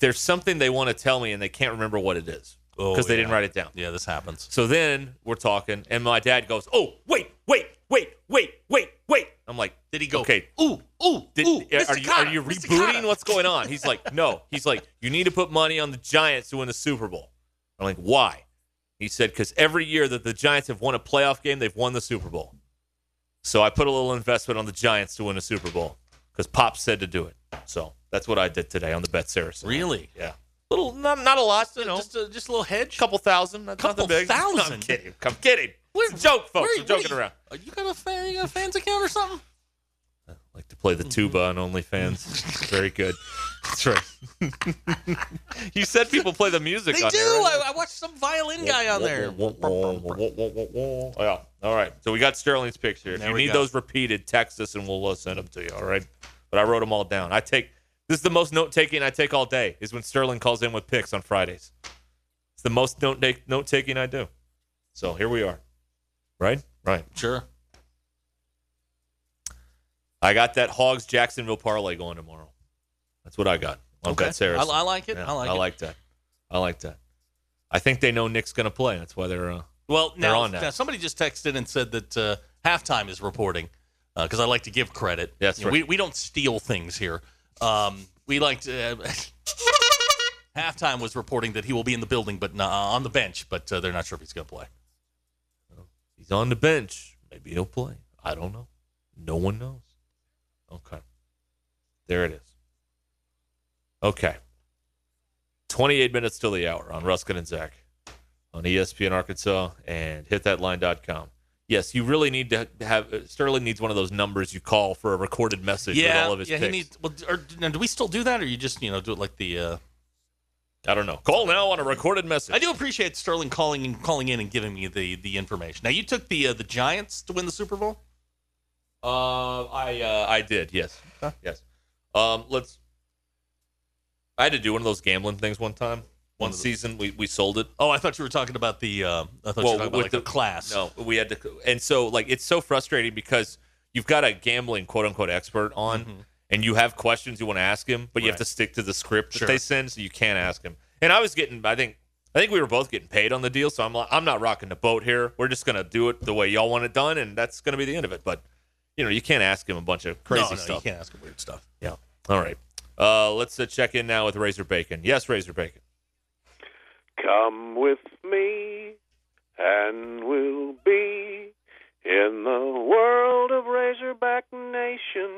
S1: there's something they want to tell me, and they can't remember what it is
S2: Oh,
S1: because they didn't
S2: yeah.
S1: write it down.
S2: Yeah, this happens.
S1: So then we're talking, and my dad goes, "Oh, wait, wait, wait, wait, wait, wait." I'm like,
S2: "Did he go?
S1: Okay,
S2: ooh, ooh,
S1: Did,
S2: ooh,
S1: are,
S2: Mr.
S1: you are you
S2: Cotter, Mr.
S1: rebooting?
S2: Cotter.
S1: What's going on? He's like, no. He's like, you need to put money on the Giants to win the Super Bowl. I'm like, why? He said, because every year that the Giants have won a playoff game, they've won the Super Bowl. So I put a little investment on the Giants to win a Super Bowl because Pop said to do it. So that's what I did today on the Bet Saracen.
S2: Really?
S1: Yeah. Little, not not a lot, you know.
S2: Just a, just a little hedge.
S1: Couple thousand. Not,
S2: Couple
S1: nothing big.
S2: thousand?
S1: I'm kidding. I'm kidding. It's a joke, folks.
S2: Where-
S1: I'm joking
S2: where-
S1: around.
S2: Uh, You got a fan? You got a fans account or something?
S1: like to play the tuba on OnlyFans. Very
S2: <laughs>
S1: good. That's right. <laughs> you said people play the music
S2: They
S1: on
S2: do.
S1: there, right?
S2: I, I watched some violin guy on there.
S1: Oh, Yeah. All right. So we got Sterling's picture. If
S2: There
S1: you
S2: we
S1: need
S2: go.
S1: those repeated, text us and we'll uh, send them to you. All right. But I wrote them all down. I take this is the most note taking I take all day is when Sterling calls in with picks on Fridays. It's the most note note taking I do. So here we are. Right. Right.
S2: Sure.
S1: I got that Hogs Jacksonville parlay going tomorrow. That's what I got on
S2: Okay.
S1: Bet Saracen.
S2: I- I like it. I like
S1: I
S2: it.
S1: like that. I like that. I think they know Nick's going to play. That's why they're uh,
S2: Well,
S1: they're
S2: now,
S1: on that.
S2: now somebody just texted and said that uh, halftime is reporting because I like to give credit.
S1: That's
S2: You know,
S1: right.
S2: We, we don't steal things here. Um, we like to. <laughs> Uh, halftime was reporting that he will be in the building, but not, on the bench. But uh, they're not sure if he's going to play.
S1: He's on the bench. Maybe he'll play. I don't know. No one knows. Okay. There it is. Okay. 28 minutes till the hour on Ruskin and Zach on E ESPN Arkansas and hitthatline.com. Yes, you really need to have uh, Sterling needs one of those numbers you call for a recorded message with all of his
S2: yeah.
S1: picks.
S2: He needs. Well, or, now, do we still do that, or you just you know do it like the? Uh,
S1: I don't know. Call now on a recorded message.
S2: I do appreciate Sterling calling in, calling in and giving me the the information. Now you took the uh, the Giants to win the Super Bowl.
S1: Uh, I uh, I did. Yes. Yes. Um, let's. I had to do one of those gambling things one time One season, we, we sold it.
S2: Oh, I thought you were talking about the. Uh, I thought you were talking about like, the class.
S1: No, we had to, and so like it's so frustrating because you've got a gambling quote unquote expert on, and you have questions you want to ask him, but you have
S2: Mm-hmm. Right.
S1: to stick to the script
S2: Sure.
S1: that they send, so you can't ask him. And I was getting, I think, I think we were both getting paid on the deal, so I'm like, I'm not rocking the boat here. We're just gonna do it the way y'all want it done, and that's gonna be the end of it. But you know, you can't ask him a bunch of crazy
S2: no, no,
S1: stuff.
S2: You can't ask him weird stuff.
S1: Yeah. All right. Uh, let's uh, check in now with Razor Bacon. Yes, Razor Bacon.
S10: Come with me, and we'll be in the world of Razorback Nation,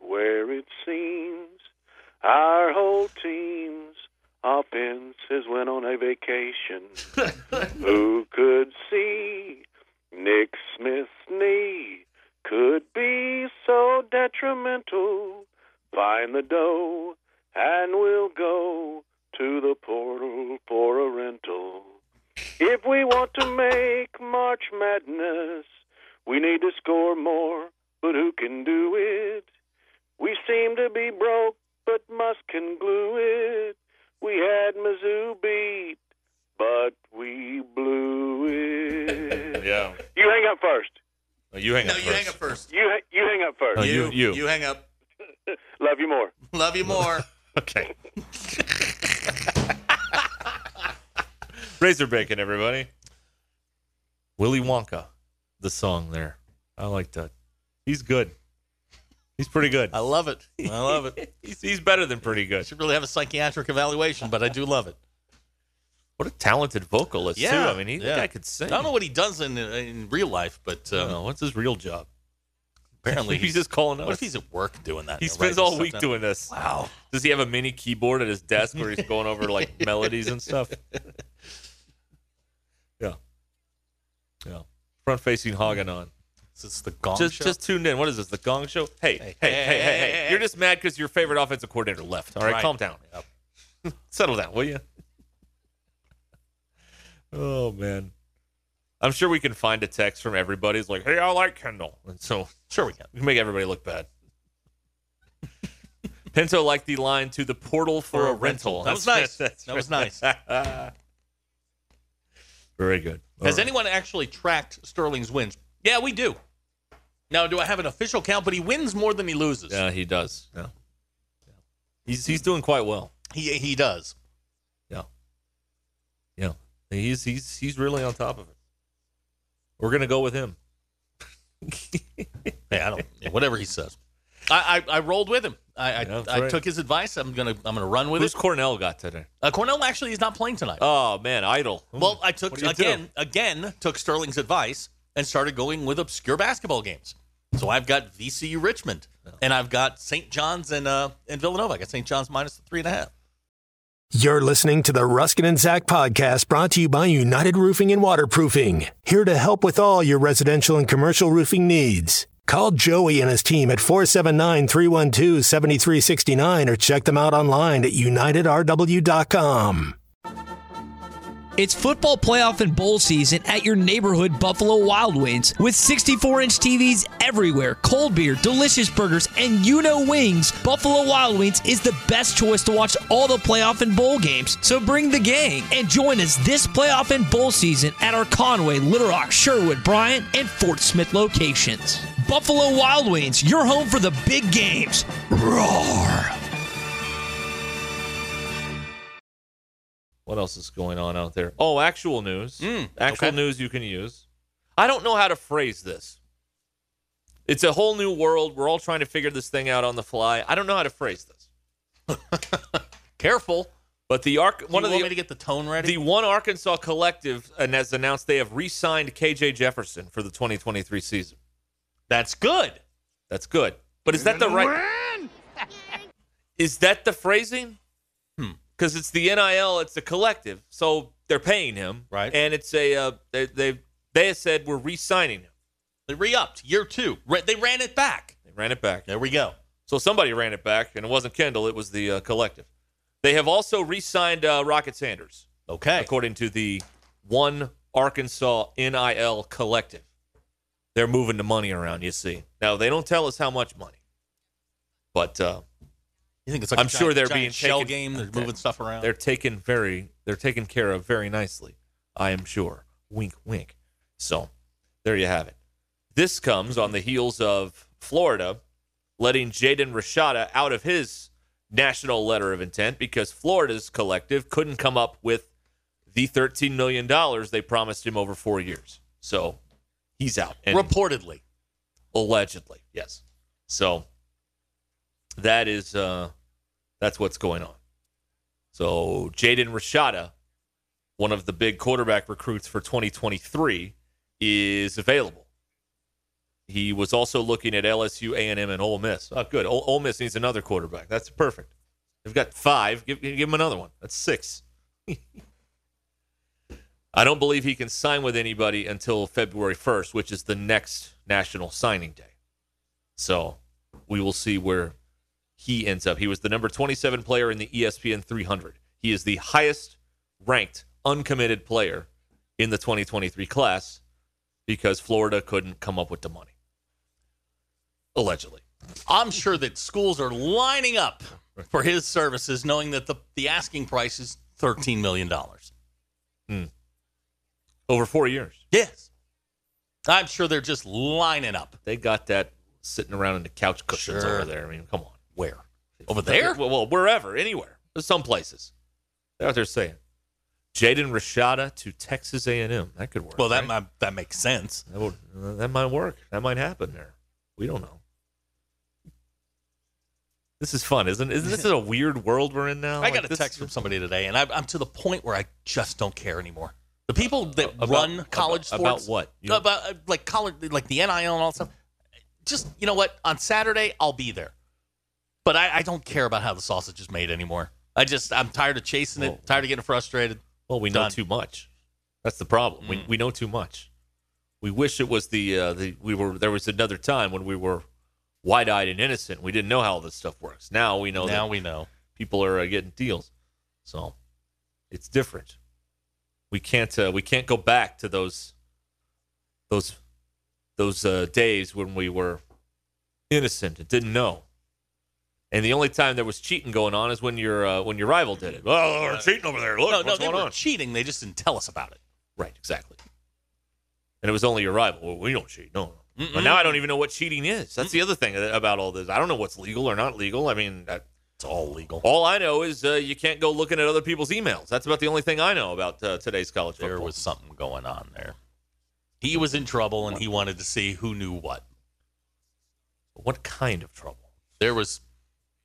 S10: where it seems our whole team's offenses went on a vacation. Who could see Nick Smith's knee could be so detrimental? Find the dough, and we'll go to the portal for a rental. If we want to make March Madness, we need to score more, but who can do it? We seem to be broke, but Musk can glue it. We had Mizzou beat, but we blew it.
S1: <laughs> Yeah.
S10: You hang up first.
S1: Oh, You hang up. first.
S10: first. You ha- you hang up first.
S1: No, you- You. you.
S2: You hang up.
S10: <laughs> Love you more.
S2: Love you more.
S1: okay. <laughs> Razor Bacon, everybody. Willy Wonka, the song there. I like that. He's good. He's pretty good.
S2: I love it. I love it.
S1: <laughs> he's, he's better than pretty good.
S2: Should really have a psychiatric evaluation, but I do love it.
S1: What a talented vocalist too. I mean, he,
S2: yeah.
S1: that guy could sing.
S2: I don't
S1: <laughs>
S2: know what he does in uh, in real life, but um,
S1: No, what's his real
S2: <laughs>
S1: job?
S2: apparently
S1: he's, just calling us.
S2: What if he's at work doing that?
S1: He
S2: you know,
S1: spends
S2: writing
S1: all
S2: stuff
S1: week
S2: down?
S1: doing this.
S2: Wow.
S1: Does he have a mini keyboard at his desk
S2: <laughs>
S1: where he's going over like melodies and stuff? Yeah. Yeah. Front facing Hagen on.
S2: Is this the Gong
S1: just,
S2: Show?
S1: Just tuned in. What is this? The Gong Show? Hey, hey, hey, hey, hey.
S2: hey, hey.
S1: You're just mad because your favorite offensive coordinator left. All right,
S2: Right.
S1: calm down. <laughs> Settle down, will you? Oh man. I'm sure we can find a text from everybody. It's like, hey, I like Kendall. And so sure we can. We can make everybody look
S2: <laughs>
S1: bad. Pinto liked the line to the portal for, a rental.
S2: That was
S1: That's- <laughs> that's-
S2: nice. That was nice.
S1: Very good. All
S2: <laughs> Has
S1: right.
S2: anyone actually tracked Sterling's wins? Yeah, we do. Now, do I have an official count? But he wins more than he loses.
S1: Yeah, he does. Yeah. He's he's doing quite well.
S2: He he does.
S1: Yeah. Yeah. He's he's he's really on top of it. We're gonna go with him.
S2: <laughs> Hey, I don't. Whatever he says, I I, I rolled with him. I I,
S1: that's
S2: I
S1: right.
S2: took his advice. I'm gonna I'm gonna run with
S1: Who's
S2: it.
S1: Cornell got today?
S2: Uh, Cornell actually is not playing tonight.
S1: Oh man, idle.
S2: well, I took
S1: What do you
S2: again again took Sterling's advice and started going with obscure basketball games. So I've got VCU Richmond and I've got St. John's and uh and Villanova. I got St. John's minus the three and a half.
S11: You're listening to the Ruskin and Zach podcast brought to you by United Roofing and Waterproofing, here to help with all your residential and commercial roofing needs. Call Joey and his team at 479 312 7369 or check them out online at unitedrw.com.
S12: It's football playoff and bowl season at your neighborhood Buffalo Wild Wings with 64 inch TVs everywhere, cold beer, delicious burgers, and you know wings. Buffalo Wild Wings is the best choice to watch all the playoff and bowl games. So bring the gang and join us this playoff and bowl season at our Conway, Little Rock, Sherwood, Bryant, and Fort Smith locations. Buffalo Wild Wings, your home for the big games. Roar!
S1: What else is going on out there? Oh, actual news.
S2: Hmm,
S1: actual news you can use. I don't know how to phrase this. It's a whole new world. We're all trying to figure this thing out on the fly. I don't know how to phrase this.
S2: <laughs>
S1: Careful. But the arc one
S2: One you
S1: of
S2: want
S1: the
S2: me to get the tone ready?
S1: The one Arkansas collective and has announced they have re-signed KJ Jefferson for the 2023 season.
S2: That's good.
S1: That's good. But is that the right?
S5: <laughs>
S1: Is that the phrasing?
S2: Hmm.
S1: Because it's the NIL, it's the collective, so they're paying him, right? And it's a uh, they they they said we're re-signing him.
S2: They re-upped year two. Re- they ran it back.
S1: They ran it back.
S2: There we go.
S1: So somebody ran it back, and it wasn't Kendall; it was the uh, collective. They have also re-signed uh, Rocket Sanders.
S2: Okay,
S1: according to the One Arkansas NIL Collective, they're moving the money around. You see, now they don't tell us how much money, but uh,
S2: You think it's like a
S1: I'm sure
S2: giant-
S1: they're
S2: giant
S1: being
S2: shell
S1: taken,
S2: game? They're moving stuff around.
S1: They're taken very. They're taken care of very nicely. I am sure. Wink, wink. So, there you have it. This comes on the heels of Florida letting Jaden Rashada out of his national letter of intent because Florida's collective couldn't come up with the $13 million they promised him over four years. So he's out.
S2: Reportedly.
S1: Allegedly, yes. So that is uh that's what's going on. So Jaden Rashada, one of the big quarterback recruits for 2023, is available. He was also looking at LSU, A&M, and Ole Miss. Oh, good. Ole, Ole Miss needs another quarterback. That's perfect. They've got five. Give, give him another one. That's six. I don't believe he can sign with anybody until February 1st, which is the next national signing day. So we will see where he ends up. He was the number 27 player in the E ESPN 300. He is the highest ranked uncommitted player in the 2023 class because Florida couldn't come up with the money, allegedly.
S2: I'm sure that schools are lining up for his services, knowing that the, the asking price is $13 million.
S1: Hmm. Over four years.
S2: Yes. I'm sure they're just lining up.
S1: They got that sitting around in the couch cushions
S2: Sure.
S1: over there. I mean, come on. Where?
S2: Over there?
S1: Well, well wherever, anywhere. Some places. That's what they're saying. Jaden Rashada to Texas A&M. That could work.
S2: Well, that
S1: right?
S2: might, that makes sense.
S1: That, would, uh, that might work. That might happen there. We don't know. This is fun, isn't it? Isn't
S2: <laughs>
S1: this a weird world we're in now?
S2: I got a text from somebody today, and I, I'm to the point where I just don't care anymore. The people that
S1: Uh, About-
S2: run college
S1: about- about
S2: sports
S1: what? You-
S2: No, about uh, like college, like the NIL and all that stuff. Just you know what? On Saturday, I'll be there, but I, I don't care about how the sausage is made anymore. I just I'm tired of chasing
S1: Well-
S2: it, tired of getting frustrated. Mm.
S1: Well, we know too much. That's the problem. We, we know too much. We wish it was the uh, the we were there was another time when we were wide eyed and innocent. We didn't know how all this stuff works. Now we know.
S2: Now
S1: that
S2: we know.
S1: people are uh, getting deals, so it's different. We can't uh, we can't go back to those those those uh, days when we were innocent and didn't know. And the only time there was cheating going on is when your uh, when your rival did it. Oh, we're cheating over there. Look,
S2: no,
S1: what's
S2: no, they
S1: going
S2: were
S1: on?
S2: cheating. They just didn't tell us about it.
S1: Right, exactly. And it was only your rival. Well, we don't cheat. No, no. But
S2: Mm-mm.
S1: now I don't even know what cheating is. That's the other thing that- about all this. I don't know what's legal or not legal. I mean, that,
S2: it's all legal.
S1: All I know is uh, you can't go looking at other people's emails. That's about the only thing I know about uh, today's college
S2: There
S1: football.
S2: was something going on there. He was in trouble, and he wanted to see who knew what.
S1: What kind of trouble?
S2: There was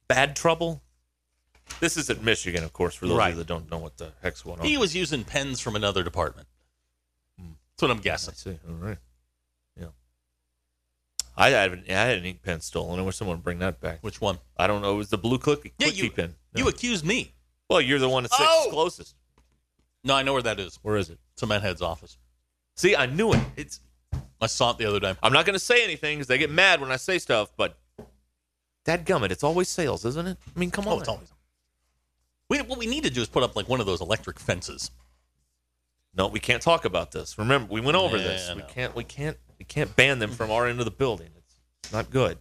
S1: bad trouble. This is at Michigan, of course, for those of
S2: Right.
S1: you that don't know what the heck's going on. Hmm.
S2: He was using pens from another department. That's what I'm guessing.
S1: see. All right. Yeah. I had I had an ink pen stolen. I wish someone would bring that back.
S2: Which one?
S1: I don't know. It was the blue click,
S2: Yeah,
S1: clicky
S2: you-
S1: pen.
S2: You accused me.
S1: Well, you're the one that's
S2: Oh!
S1: closest.
S2: No, I know where that is.
S1: Where is it?
S2: It's a Met Head's office.
S1: See, I knew it. It's
S2: I saw it the other day.
S1: I'm not going to say anything because they get mad when I say stuff, but that gummit, it's always sales, isn't it? I mean, come on.
S2: Oh, it's always. We, what we need to do is put up like one of those electric fences.
S1: No, we can't talk about this. Remember, we went over this.
S2: Yeah, I
S1: We
S2: know.
S1: can't. We can't. We can't ban them from our end of the building. It's not good.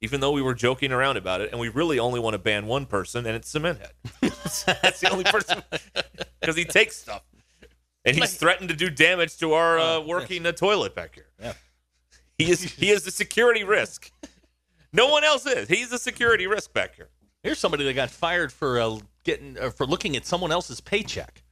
S1: Even though we were joking around about it, and we really only want to ban one person, and it's Cement Head. That's the only person <laughs> because he takes stuff, and he's threatened to do damage to our uh, working uh, toilet back here.
S2: Yeah.
S1: He is. He is the security risk. No one else is. He's the security risk back here.
S2: Here's somebody that got fired for uh, getting uh, for looking at someone else's paycheck.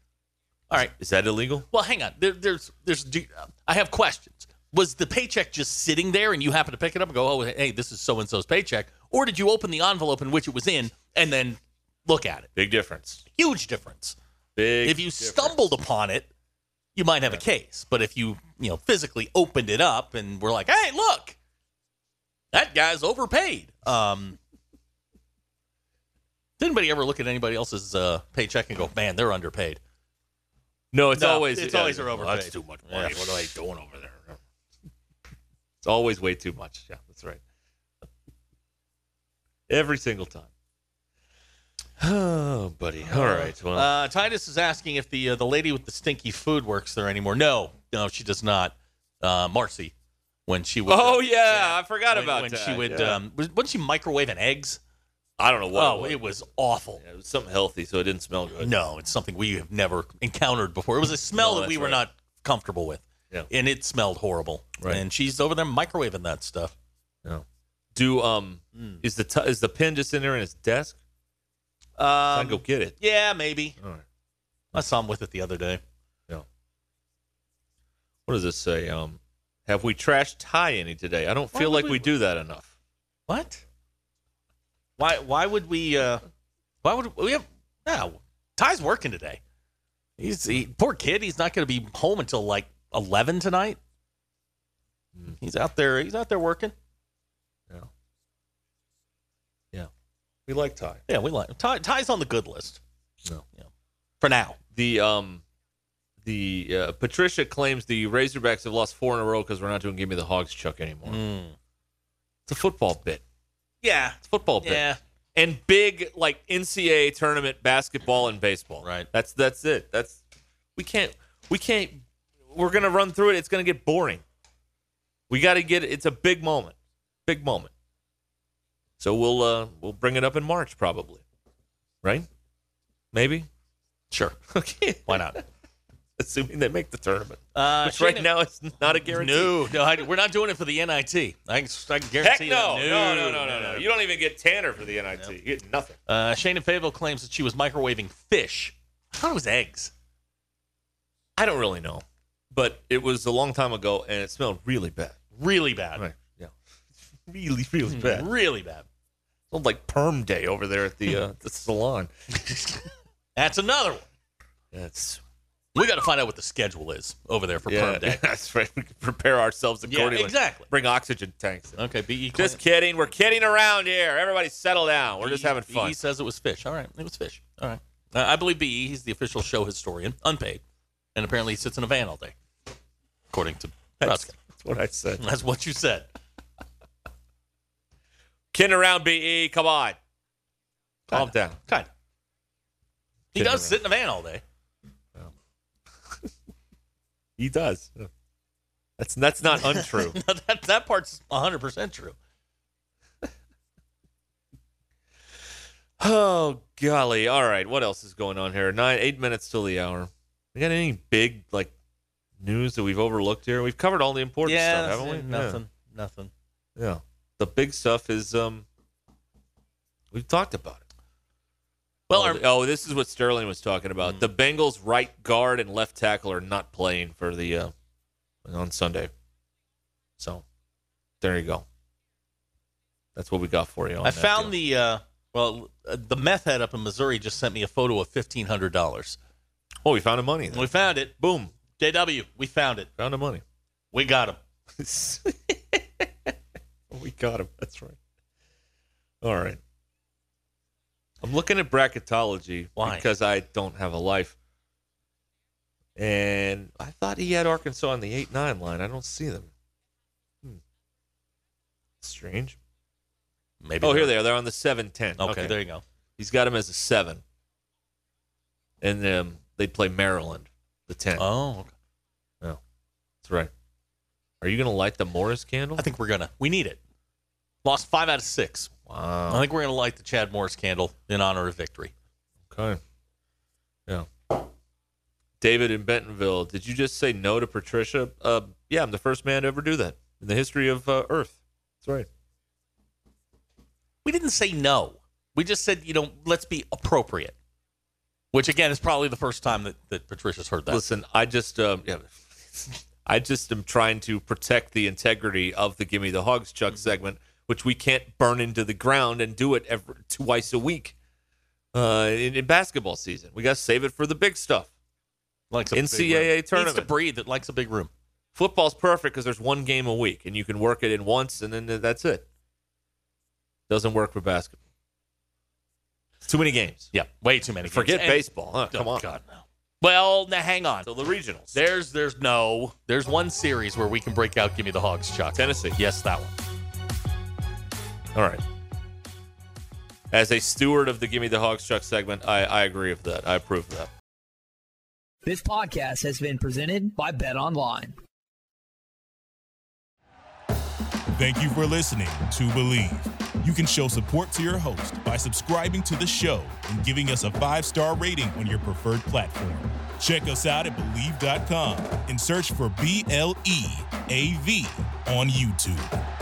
S2: All right.
S1: Is that illegal?
S2: Well, hang on. There, there's there's. Do, I have questions. Was the paycheck just sitting there, and you happen to pick it up and go, "Oh, hey, this is so and so's paycheck," or did you open the envelope in which it was in and then look at it?
S1: Big difference.
S2: Huge difference.
S1: Big.
S2: if you stumbled upon it, you might have a case. But if you, you know, physically opened it up and were like, "Hey, look, that guy's overpaid." Um, did anybody ever look at anybody else's uh, paycheck and go, "Man, they're underpaid"?
S1: No, it's
S2: No,
S1: always
S2: it's
S1: yeah,
S2: always they're
S1: well,
S2: overpaid.
S1: That's too much money.
S2: Yeah.
S1: What are they doing over there? It's always way too much. Yeah, that's right. Every single time. <laughs> Oh, buddy. All right. Well,
S2: uh, Titus is asking if the uh, the lady with the stinky food works there anymore. No, no, she does not. Uh, Marcy, when she would,
S1: oh yeah, I forgot
S2: when,
S1: about
S2: when
S1: that.
S2: she would,
S1: yeah.
S2: um, was- wasn't she microwaving eggs?
S1: I don't know what.
S2: Oh, it was awful.
S1: it was something healthy, so it didn't smell good.
S2: No, it's something we have never encountered before. It was a
S1: <laughs>
S2: smell
S1: No,
S2: that we
S1: that's
S2: were
S1: right.
S2: not comfortable with.
S1: Yeah.
S2: And it smelled horrible.
S1: Right.
S2: And she's over there microwaving that stuff. Hmm.
S1: No. Do um is the t- is the pen just in there in his desk?
S2: Um,
S1: I go get it.
S2: Yeah, maybe.
S1: All right.
S2: I saw him with it the other day.
S1: What does this say? Um, have we trashed Ty any today? I don't
S2: Why
S1: feel
S2: would
S1: like
S2: we-
S1: we, do that enough.
S2: What? Why? Why would we? Uh, why would we have? No, Ty's working today. He's he, poor kid. He's not going to be home until like eleven tonight.
S1: Hmm.
S2: He's out there. He's out there working.
S1: Yeah. Yeah. We like Ty.
S2: Yeah, we like Ty. Ty's on the good list.
S1: No.
S2: Yeah. For now.
S1: The um the uh, Patricia claims the Razorbacks have lost four in a row because we're not doing Give Me the Hogs Chuck anymore. Hmm. It's a football bit.
S2: Yeah.
S1: It's a football bit.
S2: Yeah.
S1: And big like NCAA tournament basketball and baseball. Right. That's that's it. That's we can't we can't we're gonna run through it. It's gonna get boring. We gotta get it. It's a big moment. Big moment. So we'll uh we'll bring it up in March probably. Right? Maybe?
S2: Sure.
S1: <laughs> Okay.
S2: Why <laughs> not?
S1: Assuming they make the tournament.
S2: Uh,
S1: Which right
S2: shouldn't
S1: now it's not a guarantee.
S2: No, no, I, we're not doing it for the NIT. I can, I can
S1: Heck
S2: guarantee
S1: no.
S2: that.
S1: No, no, no, no, no. You don't even get Tanner for the NIT. You get nothing.
S2: Uh, Shane and Fable claims that she was microwaving fish. I thought it was eggs.
S1: I don't really know, but it was a long time ago, and it smelled really bad.
S2: Really bad. Mm,
S1: Right. Yeah. Really, really bad.
S2: Really bad.
S1: Smelled like perm day over there at
S2: <laughs>
S1: the uh, the salon.
S2: That's another one.
S1: That's
S2: we got to find out what the schedule is over there for
S1: yeah,
S2: perm day.
S1: <laughs> That's right. We can prepare ourselves accordingly.
S2: exactly.
S1: Bring oxygen tanks. In.
S2: Okay, E BE
S1: Just kidding. We're kidding around here. Everybody, settle down. Oh,
S2: E
S1: We're just having fun.
S2: BE says it was fish. All right, it was fish. All right. Uh, I believe BE. He's the official show historian, unpaid, and apparently he sits in a van all day, according to Ruska.
S1: That's <laughs> what I said.
S2: That's what you said.
S1: Kidding around, be. Come on. Calm down.
S2: Kind of. He
S1: Kidding
S2: does
S1: around.
S2: sit in a van all day.
S1: He does. That's that's not
S2: <laughs>
S1: untrue.
S2: No, that, that part's 100% true.
S1: Oh golly! All right, what else is going on here? Nine, eight minutes till the hour. We got any big like news that we've overlooked here? We've covered all the important
S2: yeah,
S1: stuff, haven't we?
S2: nothing. Nothing.
S1: Yeah. Yeah. The big stuff is um. We've talked about it.
S2: Well,
S1: oh,
S2: our- Mm.
S1: th- oh, this is what Sterling was talking about. The Bengals' right guard and left tackle are not playing for the uh, on Sunday. So there you go. That's what we got for you. On
S2: I found the uh, well, uh, the meth head up in Missouri just sent me a photo of fifteen hundred dollars.
S1: Oh, we found the money. then.
S2: We found it.
S1: Boom.
S2: JW, we found it.
S1: Found the money.
S2: We got him.
S1: <laughs>
S2: <laughs>
S1: we got him. That's right. All right. I'm looking at bracketology
S2: Why?
S1: because I don't have a life. And I thought he had Arkansas on the 8 9 line. I don't see them. Hmm. Strange.
S2: Maybe.
S1: oh,
S2: they're-
S1: here they are. They're on the 7 10.
S2: Okay, there you go.
S1: He's got him as a 7. And um, they play Maryland, the 10.
S2: Oh, okay.
S1: Oh, that's right. Are you going to light the Morris candle?
S2: I think we're gonna. We need it. Lost five out of six.
S1: Wow.
S2: I think we're gonna light the Chad Morris candle in honor of victory.
S1: Okay. Yeah. David in Bentonville, did you just say no to Patricia? Uh, yeah, I'm the first man to ever do that in the history of uh, Earth. That's right.
S2: We didn't say no. We just said, you know, let's be appropriate. Which again is probably the first time that, that Patricia's heard that.
S1: Listen, I just um, yeah, <laughs> I just am trying to protect the integrity of the Gimme the Hogs Chuck
S2: Mm-hmm.
S1: segment, which we can't burn into the ground and do it every, twice a week uh, in, in basketball season. We got to save it for the big stuff.
S2: Likes a big room.
S1: NCAA tournament.
S2: Needs to breathe. It likes a big room.
S1: football's perfect because there's one game a week and you can work it in once and then that's it. Doesn't work for basketball. It's too many games.
S2: Yeah, way too many. games.
S1: Forget
S2: And-
S1: baseball. Huh?
S2: Oh,
S1: Come on.
S2: God, no. Well, now hang on.
S1: So the regionals.
S2: There's there's no there's one series where we can break out. Give me the hogs, Chuck.
S1: Tennessee.
S2: Yes, that one.
S1: All right. As a steward of the Gimme the Hogs Chuck segment, I, I agree with that. I approve of that.
S12: This podcast has been presented by Bet Online.
S13: Thank you for listening to Believe. You can show support to your host by subscribing to the show and giving us a five star rating on your preferred platform. Check us out at Believe.com and search for B L E A V on YouTube.